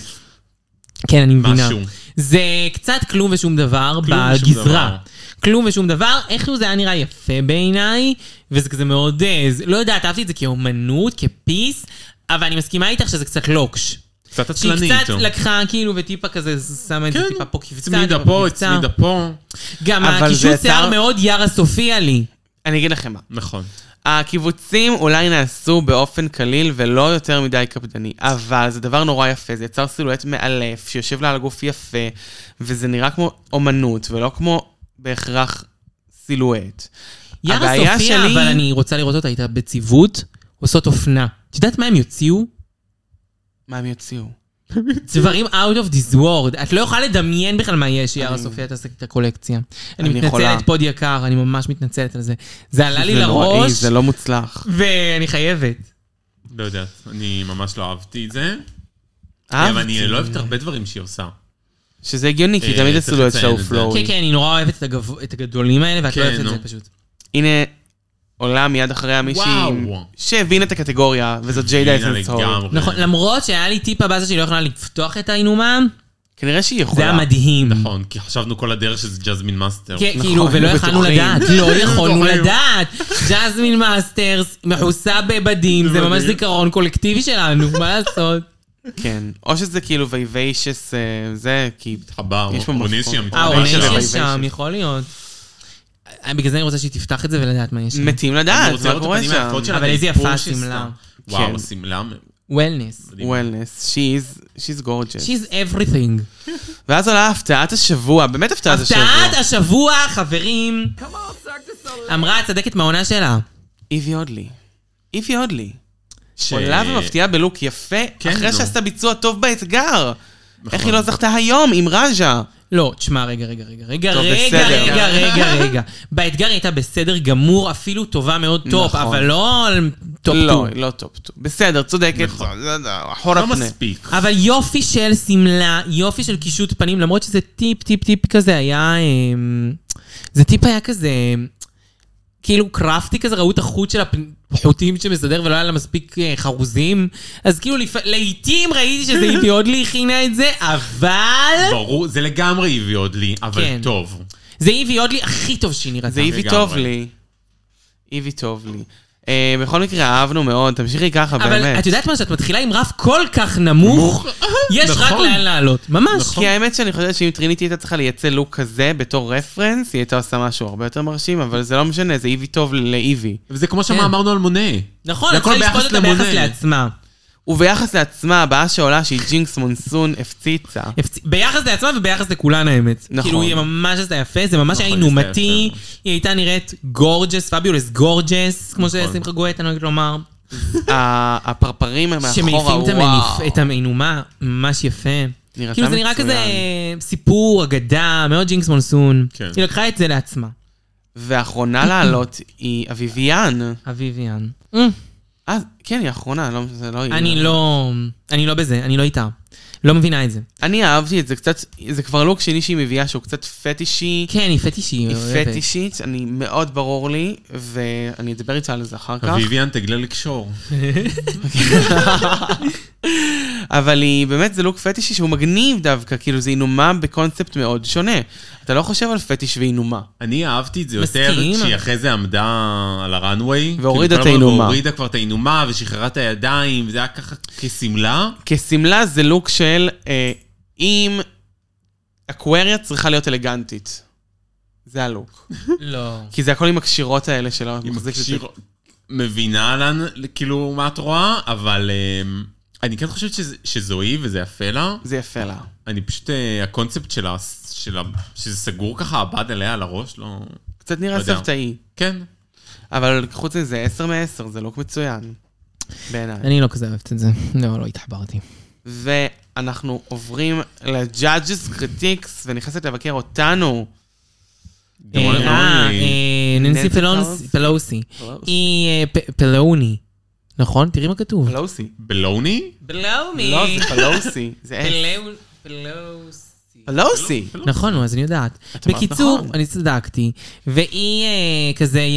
כן, אני מבינה. משהו. זה קצת כלום ושום דבר כלום ושום בגזרה. דבר. כלום ושום דבר. איכשהו זה היה נראה יפה בעיניי, וזה כזה מאוד... אה, זה- לא יודעת, אהבתי את זה כאומנות, כפיס, אבל אני מסכימה איתך שזה קצת לוקש. קצת שהיא עצלנית. קצת לקחה כאילו וטיפה כזה שמה את זה כן, טיפה פה כבצה, הצמידה טיפה פה, כבצה. הצמידה פה. גם אבל הקישוט זה שיער יצר- מאוד יארה סופיה לי. אני אגיד לכם מה. נכון. הקיבוצים אולי נעשו באופן קליל ולא יותר מדי קפדני, אבל זה דבר נורא יפה, זה יצר סילואט מאלף, שיושב לה על הגוף יפה, וזה נראה כמו אומנות, ולא כמו בהכרח סילואט. יארה הבעיה סופיה, שלי- אבל אני רוצה לראות אותה איתה בציוות, עושות אופנה. את יודעת מה הם יוציאו? מה הם יוציאו? דברים out of this world. את לא יכולה לדמיין בכלל מה יש שיארה סופיה תעשה את הקולקציה. אני אני יכולה. מתנצלת, פוד יקר, אני ממש מתנצלת על זה. זה עלה לי זה נוראי, לראש, זה לא מוצלח. ואני חייבת. לא יודעת, אני ממש לא אהבתי את זה. אבל אהבתי. אני לא אוהבת הרבה דברים שהיא עושה. אה? שזה הגיוני, כי לא- אה, תמיד צריך הסילואט שלה הוא לציין את זה. פלואוי. כן, כן, אני נורא אוהבת את הגב- את הגדולים האלה, ואת לא כן, אוהבת את נו. זה פשוט. הנה, עולה מיד אחריה מישהי וואו. עם- שהבינה את הקטגוריה, וזאת ג'יידה הנה, אסנס הול. לגמרי. נכון, למרות שהיה לי טיפ הבאסה שהיא לא יכולה לפתוח את ההינומה, כנראה שהיא זה היה יכולה. מדהים. נכון, כי חשבנו כל הדרך שזה ג'זמין מאסטר. כן, נכון, כאילו, ולא היינו יכולנו בטוחים. לדעת, לא יכולנו בטוחים. לדעת. ג'זמין מאסטרס מכוסה בבדים, זה ממש בבדים. זיכרון קולקטיבי שלנו, מה לעשות? כן. או שזה כאילו וייביישס, אה, זה, כי... חבר, יש פה אוניס משהו. שהיא אה, אה, המתמודדת אונס של של הווי שלנו. שם, ושל. יכול להיות. אה, בגלל זה אני רוצה שהיא תפתח את זה ולדעת מה יש שם. מתים אה, לדעת, מה קורה שם? אבל איזה יפה השמלה. כן. וואו, השמלה. מ- וולנס. וולנס, she's, she's gorgeous. She's everything. ואז עולה הפתעת השבוע, באמת הפתעת השבוע. הפתעת השבוע, חברים. אמרה הצדקת מהעונה שלה. איבי אודלי. איבי אודלי. ש- עולה ומפתיעה בלוק יפה, כן, אחרי נו. שעשתה ביצוע טוב באתגר. איך היא נכון. לא זכתה היום עם רג'ה? לא, תשמע, רגע, רגע, רגע, רגע, טוב, רגע, בסדר. רגע, רגע, רגע. באתגר היא הייתה בסדר גמור, אפילו טובה מאוד טופ, נכון. אבל לא על טופ טו. לא, לא טופ טו. בסדר, צודקת. לא יודע, אחורה לא פנה. מספיק. אבל יופי של שמלה, יופי של קישוט פנים, למרות שזה טיפ, טיפ, טיפ כזה היה... אמ, זה טיפ היה כזה... אמ, כאילו קרפטי כזה, ראו את החוט של החוטים שמסדר ולא היה לה מספיק אה, חרוזים. אז כאילו לפ... לעיתים ראיתי [laughs] שזה איתי עוד לי הכינה את זה, אבל... ברור, זה לגמרי הביא עוד לי, כן. אבל טוב. זה איבי עוד לי הכי טוב שהיא נראתה. זה איבי לגמרי. טוב לי. איבי טוב לי. אה, בכל מקרה, אהבנו מאוד, תמשיכי ככה, אבל באמת. את יודעת מה? שאת מתחילה עם רף כל כך נמוך, יש רק נכון. לאן לעלות. ממש. כי האמת שאני חושבת שאם טריניטי הייתה צריכה לייצא לוק כזה בתור רפרנס, היא הייתה עושה משהו הרבה יותר מרשים, אבל זה לא משנה, זה איבי טוב לאיבי. וזה כמו כן. שמה אמרנו על מונה. נכון, זה את צריכה הכל לספוט ביחס אותה ביחס למונה. לעצמה. וביחס לעצמה, הבאה שעולה שהיא ג'ינקס מונסון הפציצה. הפצ- ביחס לעצמה וביחס לכולן האמת. נכון. כאילו היא ממש עשתה יפה, זה ממש נכון, היה היא עשתה אינומתי, יפה. היא הייתה נראית גורג'ס, פביולס גורג'ס, כמו ששמחה גואטה נוהגת לומר. ה- הפרפרים הם מאחורה, שמעיפים את וואו. המניפ- את המנומה, ממש יפה. נראתה כאילו זה נראה מצוין. כזה סיפור, אגדה, מאוד ג'ינקס מונסון. כן. היא לקחה את זה לעצמה, והאחרונה לעלות היא אביביאן. אביביאן. אה, כן, היא האחרונה, לא- זה לא היא. אני לא, אני לא בזה, אני לא איתה. לא מבינה את זה. אני אהבתי את זה קצת, זה כבר לוק שני שהיא מביאה שהוא קצת פטישי, כן, היא פטישי. היא אוהבת. פטישית, אני מאוד ברור לי, ואני אדבר איתה על זה אחר כך, אביביאן תגלה לקשור. אבל היא באמת, זה לוק פטישי שהוא מגניב דווקא, כאילו זה אינומה בקונספט מאוד שונה. אתה לא חושב על פטיש ואינומה. אני אהבתי את זה יותר, מסכים. כשהיא אחרי זה עמדה על הראנוויי. כאילו, כל הזמן והורידה את ההינומה. והורידה כבר את ההינומה ושחררה את הידיים, וזה היה ככה כשמלה. כשמלה זה לוק של אה, אם אקווריה צריכה להיות אלגנטית. זה הלוק. לא. כי זה הכל עם הקשירות האלה שלו. היא מחזיק את זה. מקשיר- מבינה לאן, כאילו, מה את רואה, אבל אמ, אני כן חושבת שזה- שזו היא וזה יפה לה. זה יפה לה. אני פשוט, אה, הקונספט של ה... של ה- שזה סגור ככה, הבד עליה על הראש, לא... קצת נראה לא יודע. סבתאי. כן. אה, אבל חוץ מזה, 10 מ-10, זה לוק מצוין. בעיניי. אני לא כזה אוהבת את זה. לא, לא התחברתי. ואנחנו עוברים לג'אג'ס קריטיקס, ונכנסת לבקר אותנו. גם אה, אני- אה, ננסי ננסי פלונס- פלוסי. פלוסי. פלוסי. היא אה, פ- פלוני. נכון? תראי מה כתוב. לא. פלוסי. בלוני? פלומי. לא, זה פלוסי. [laughs] זה עץ. פלוסי. פלוסי. לא- נכון, נו, אז אני יודעת. אמרת בקיצור, נכון. אני צדקתי. והיא אה, כזה אה, אה,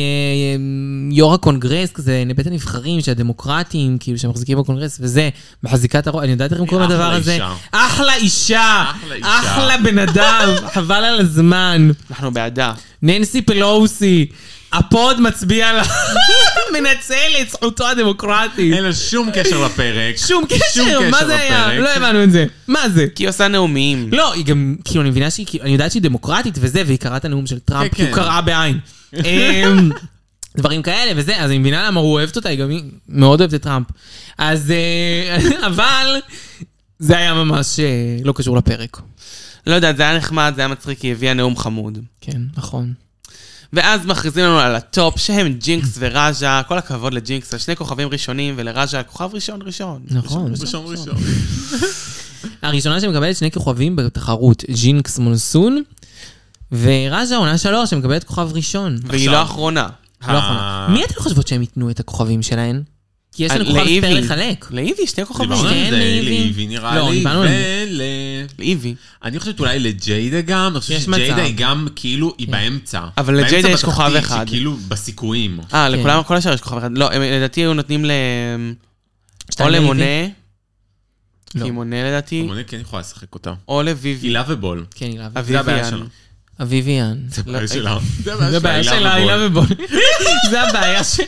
יו"ר הקונגרס, כזה בית הנבחרים, שהדמוקרטים, כאילו, שמחזיקים בקונגרס, וזה, מחזיקה את הראש, אני יודעת איך הם קוראים אחלה לדבר הזה. אישה. אחלה אישה. אחלה אישה. אחלה בן אדם. [laughs] חבל על הזמן. אנחנו בעדה. ננסי פלוסי, הפוד מצביע לה, [laughs] מנצל את זכותו הדמוקרטית. אין לה שום קשר לפרק. שום קשר, מה זה היה? לפרק. לא הבנו את זה. מה זה? כי היא עושה נאומים. לא, היא גם, כאילו, אני מבינה שהיא, כאילו, אני יודעת שהיא דמוקרטית וזה, והיא קראה את הנאום של טראמפ, כן, כי הוא כן. קרא [laughs] בעין. אמ, דברים כאלה וזה, אז אני מבינה למה הוא אוהבת אותה, היא גם היא מאוד אוהבת את טראמפ. אז, אה, [laughs] אבל, זה היה ממש אה, לא קשור לפרק. לא יודעת, זה היה נחמד, זה היה מצחיק, כי היא הביאה נאום חמוד. כן, נכון. ואז מכריזים לנו על הטופ, שהם ג'ינקס וראז'ה, כל הכבוד לג'ינקס, על שני כוכבים ראשונים, ולראז'ה כוכב ראשון ראשון. נכון. ראשון ראשון. הראשונה שמקבלת שני כוכבים בתחרות, ג'ינקס מונסון, וראז'ה עונה שלוש שמקבלת כוכב ראשון. והיא עכשיו. אה. לא אחרונה. לא יכולה. מי אתן חושבות שהם ייתנו את הכוכבים שלהן? כי אה, יש לנו כוכב לאיבי. ספייר לחלק. לאיבי, לא שני כוכבים. דיברנו על שתיהן זה, לאיבי. לאיבי נראה לא, לי, דיברנו על זה. ול... לאיבי. כן. אני חושבת אולי לג'יידה גם, אני חושבת יש מצב. כן. שג'יידה היא גם כאילו, היא באמצע. אבל באמצע לג'יידה יש בתחתית, כוכב אחד. שכאילו בסיכויים. אה, לכולם, כל השאר יש כוכב אחד. לא, הם לדעתי היו נותנים ל... או שתיים לאיבי? למונה, לא. כי מונה לדעתי, המונה כן יכולה לשחק אותה. או לביבי. הילה ובול. כן, הילה ובון. זה הבעיה אביביאן. שלה. אביביאן. זה הבעיה שלה. לא, אה, זה הבעיה שלה, הילה ובון. [laughs] זה הבעיה שלה.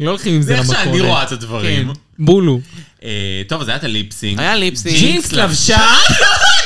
לא הולכים עם זה זה איך למכולת. שאני רואה את הדברים. כן, בולו. אה, טוב, אז זה היה את הליפסינג. היה ליפסי. ג'ינקס לבשה, [laughs]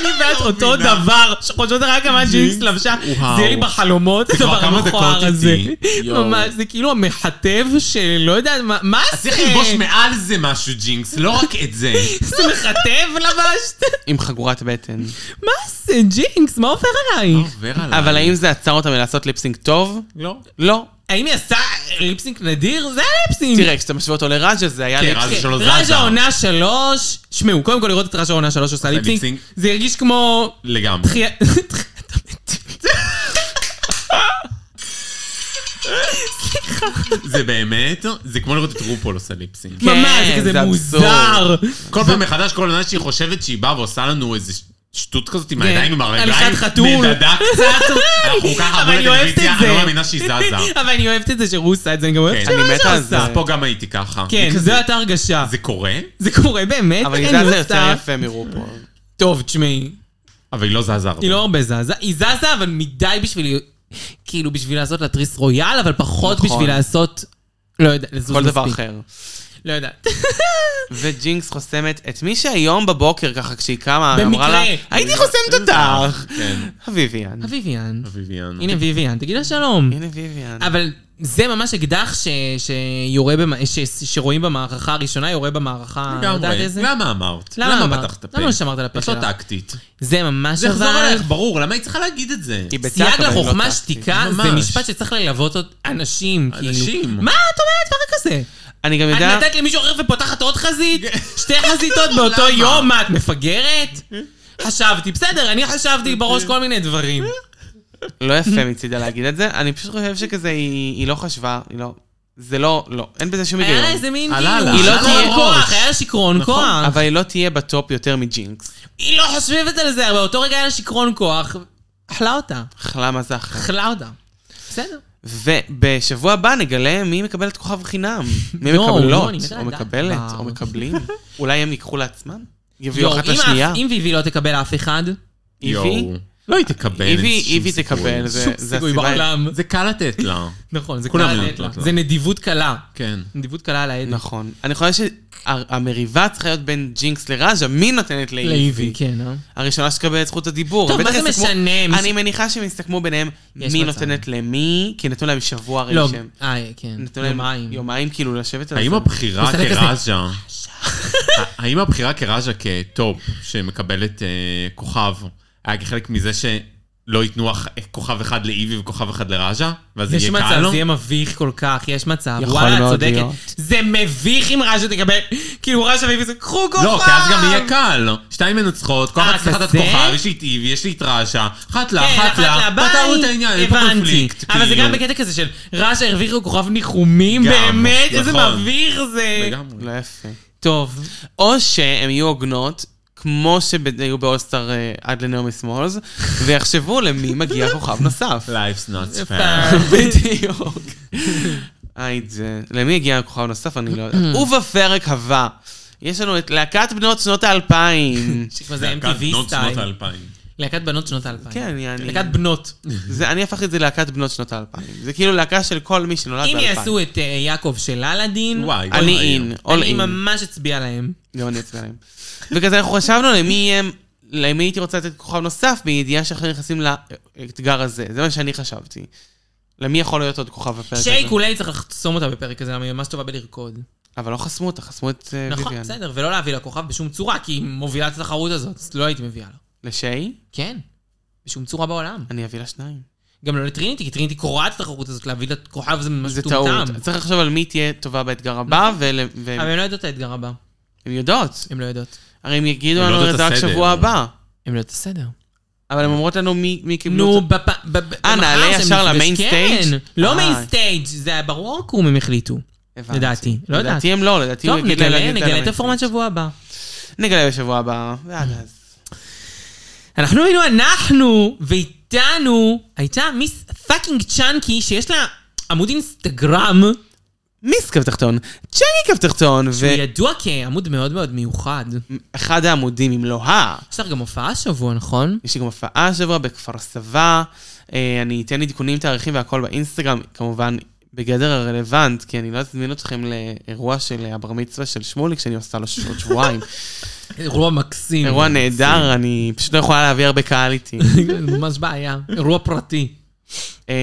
אני ואת אותו לא מבינה. דבר, חושבת רק על מה ג'ינקס ג'ינקס, לבשה, וואו. זה יהיה לי בחלומות, זה כבר הדבר כמה המכוער דקות הזה. איתי. יואו. ממש, זה כאילו המחטב של לא יודעת מה, מה זה? צריך ללבוש מעל זה משהו, ג'ינקס, לא רק את [laughs] זה. זה מחטב לבשת? עם חגורת בטן. מה זה, ג'ינקס, מה עובר מה עלייך? עובר עליי? אבל האם זה עצר אותם מלעשות ליפסינג טוב? לא. לא. האם היא עשתה ליפסינק נדיר? זה היה ליפסינק. תראה, כשאתה משווה אותו לראג'ה, זה היה כן, ליפסינג. ראג'ה שלו ראז'ה זזה. עונה שלוש, שמעו, קודם כל לראות את ראז'ה עונה שלוש עושה ליפסינק, ליפסינק. זה הרגיש כמו לגמרי. תחייה... [laughs] תחיית המתים. זה באמת, זה כמו לראות את רופול עושה ליפסינג. כן, ממש, זה כזה זה מוזר. כל פעם מחדש, כל עונה שהיא חושבת שהיא באה ועושה לנו איזה שטות כזאת עם הידיים, עם הרגליים, כן. הליכת חתול. מדדה [laughs] קצת. אנחנו ככה אבל עברו אני אוהבת לטלוויזיה, את אני זה. לא מאמינה שהיא זזה. אבל אני אוהבת את זה שהוא עשה את זה, אני גם אוהבת כן, שמה אני מתה על שעשה. אז פה גם הייתי ככה. כן, כזה, זו הייתה הרגשה. זה קורה, זה קורה באמת, אבל היא אני זזה עושה- יותר יפה מרופול. טוב, תשמעי, אבל היא לא זזה הרבה. היא לא הרבה זזה. היא זזה, אבל מדי בשביל... כאילו, בשביל לעשות להתריס רויאל, אבל פחות נכון. בשביל לעשות... לא יודע, לזוז כל דבר מספיק. אחר. לא יודעת. וג'ינקס חוסמת את מי שהיום בבוקר, ככה כשהיא קמה, במקרה. אמרה לה, הייתי חוסמת אותך. כן, אביביאן. אביביאן. אביביאן. הנה אביביאן, תגיד לה שלום. הנה אביביאן. אבל זה ממש אקדח ש... שיורה במ... ש... שרואים במערכה הראשונה, יורה במערכה... יודעת לגמרי. איזה? למה אמרת? למה אמרת? פתחת את הפה? למה לא שמרת על הפה את שלה? לא טקטית. זה ממש זה יחזור אבל... עלייך, ברור, למה היא צריכה להגיד את זה? היא בצעק, סייג אבל היא לא לחוכמה טקטית. שתיקה זה ממש. משפט שצריך ללוות עוד אנשים, כאילו. אנשים. מה את אומרת דבר כזה? אני גם יודע... את נתת למישהו אחר ופותחת עוד חזית? [laughs] שתי חזיתות באותו יום, מה, את מפגרת? חשבתי, בסדר, אני אוקיי. חשבתי בראש כל מיני דברים. לא יפה מצידה להגיד את זה, אני פשוט חושב שכזה, היא היא לא חשבה, היא לא... זה לא, לא, אין בזה שום היה היגיון. לה איזה מין עלה כאילו... לה, היא לא שיכרון תהיה- כוח, היה לה שיכרון כוח. אבל היא לא תהיה בטופ יותר מג'ינקס. היא לא חושבת על זה הרבה, אותו רגע היה לה שיכרון כוח, אכלה אותה, אכלה מה זה אחר. אכלה אותה. בסדר. ובשבוע הבא נגלה מי מקבלת כוכב [laughs] חינם. מי לא, לא, מקבלות, אני מתה או לדעת מקבלת, כבר. או מקבלים. אולי הם ייקחו לעצמם? יביאו יואו, אחת לא, אם לשנייה. אף- אם ויבי לא תקבל אף אחד, איבי? יואו. לא, היא תקבל. אין איבי, שום איבי סיכוי. תקבל, זה שום זה סיכוי הסיבה- בעולם. זה קל לתת לה. נכון, זה כולם קלה יודעים לתת לה. לתת לה. זה נדיבות קלה. כן. נדיבות קלה על העד. נכון. אני חושב שהמריבה צריכה להיות בין ג'ינקס לראז'ה, מי נותנת לאיבי? לאיבי, כן, אה? הראשונה שתקבל את זכות הדיבור. טוב, בטח מה זה יסכמו- משנה? מי אני ש- מניחה שהם יסתכמו ביניהם יש מי מצב. נותנת למי, כי נתנו להם שבוע הרי לא, שהם... אה, כן, נתנו להם יומיים. יומיים כאילו לשבת על זה. האם הבחירה הוא עושה לי [laughs] כראז'ה, האם הבחירה כראז'ה כטופ שמקבלת אה, כוכב, היה כחלק מזה שלא ייתנו אח- כוכב אחד לאיבי וכוכב אחד לראז'ה? ואז זה יש יהיה מצב, קל לו? זה יהיה מביך כל כך, יש מצב. יכול וואלה, את מאוד צודקת. להיות. זה מביך אם רז'ה תקבל, כאילו רז'ה ואיבי זה, קחו כוכב! לא, כי אז גם יהיה קל. שתיים מנצחות, כל אה, אחת צריכה את כזה? הכוכב, יש לי את איבי, יש לי את ראז'ה, אחת לה, כן, אחת לה, ביי. פתרנו את העניין, אין פה הבנתי. קונפליקט. אבל זה כאילו. גם בקטע כזה של רש"א הרוויחו כוכב ניחומים, גם, באמת, נכון. איזה מביך זה. לגמרי. לא יפה. טוב, או שהן יהיו הוגנות, כמו שהיו באולסטאר אה, עד [laughs] לנעמי סמולס, ויחשבו למי מגיע כוכב נוסף. לא. Life's not fair. פעם. [laughs] בדיוק. היי, זה... למי הגיע הכוכב נוסף? אני [clears throat] לא יודעת. ובפרק הבא, יש לנו את להקת בנות [laughs] שנות האלפיים. שכבר זה להקת MTV בנות שנות סטייל. האלפיים. להקת בנות שנות האלפיים. כן, יעני. להקת בנות. זה- אני הפכתי את זה ללהקת בנות שנות האלפיים. זה כאילו להקה של כל מי שנולד אם באלפיים. יעשו את אה, יעקב של אלאדין, וואי, אני וואי. אין, all אני in. ממש אצביע להם. גם אני אצביע להם. [laughs] וכזה אנחנו חשבנו למי יהיה, למי הייתי רוצה לתת כוכב נוסף, בידיעה שאנחנו נכנסים לאתגר הזה. זה מה שאני חשבתי. למי יכול להיות עוד כוכב בפרק הזה? שייק אולי צריך לחסום אותה בפרק הזה, למה היא ממש טובה בלרקוד. אבל לא חסמו אותה, חסמו את אה, נכון, ביביאן. בסדר, ולא להביא לה כוכב בשום צורה, כי היא מובילה את התחרות הזאת, אז לא הייתי מביאה לה. לשי? כן, בשום צורה בעולם. אני אביא לה שניים. גם לא לטריניטי, כי טריניטי קורעת את התחרות הזאת, להביא לה כוכב זה ממש זה מטומטם. טעות. צריך לחשוב על מי תהיה טובה באתגר הבא, ול- אבל והן הן לא יודעות את האתגר הבא. הן יודעות. הן לא יודעות. הרי הם יגידו הן לא לנו יודעות את את זה רק הסדר. שבוע הבא. הן לא יודעות את הסדר. אבל הן אומרות לנו מי מי קיבלו נו, את בפ... ב- ב- במחר אה, נעלה זה ישר מפגש- למיין כן, סטייג'? לא אה. מיין סטייג', זה היה בוורקרום הם החליטו. הבנתי. לדעתי. לא יודעת. לדעתי הם לא, לדעתי הוא טוב, יגיד להם נגלה, להגיד נגלה את להם. הפורמט שבוע הבא. נגלה בשבוע הבא, ועד אז. אנחנו היינו אנחנו, ואיתנו הייתה מיס פאקינג צ'אנקי, שיש לה עמוד אינסטגרם, מיס קו תחתון, צ'אני קו תחתון, שהוא ידוע כעמוד מאוד מאוד מיוחד. ואחד העמודים, אם לא ה... יש לך גם הופעה השבוע, נכון? יש לי גם הופעה השבוע בכפר סבא, אה, אני אתן עדכונים, תאריכים והכל באינסטגרם, כמובן בגדר הרלוונט, כי אני לא אזמין אתכם לאירוע של הבר מצווה של שמולי, כשאני עושה לו עוד [laughs] שבועיים. אירוע מקסים. אירוע נהדר, אני פשוט לא יכולה להביא הרבה קהל איתי. [laughs] ממש בעיה. אירוע פרטי. אה,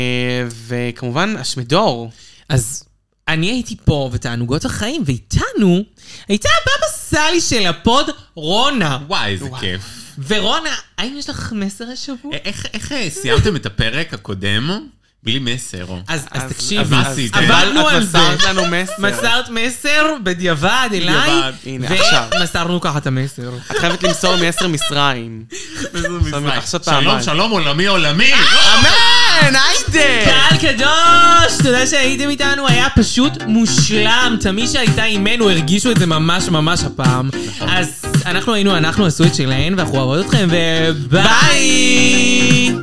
וכמובן, השמדור. אז אני הייתי פה, ותענוגות החיים, ואיתנו הייתה הבבא סאלי של הפוד, רונה. וואי, איזה וואי. כיף. ורונה, האם יש לך מסר השבוע? א- איך- איך אה, סיימתם את הפרק הקודם בלי מסר? אז אז אז תקשיבי, מה עשית? עבדנו את על זה. מסרת לנו מסר. מסרת מסר בדיעבד אליי, בדיעבד, הנה, עכשיו. ומסרנו ככה את המסר. את חייבת למסור מעשר מצרים. עכשיו שלום, פעמיים. שלום, עולמי, עולמי! אה, אמן, היידה! קהל קדוש, תודה שהייתם איתנו, היה פשוט מושלם. תמי שהייתה עימנו הרגישו את זה ממש ממש הפעם. אז אנחנו היינו, אנחנו עשו את שלהן, ואנחנו אוהבות אתכם, וביי!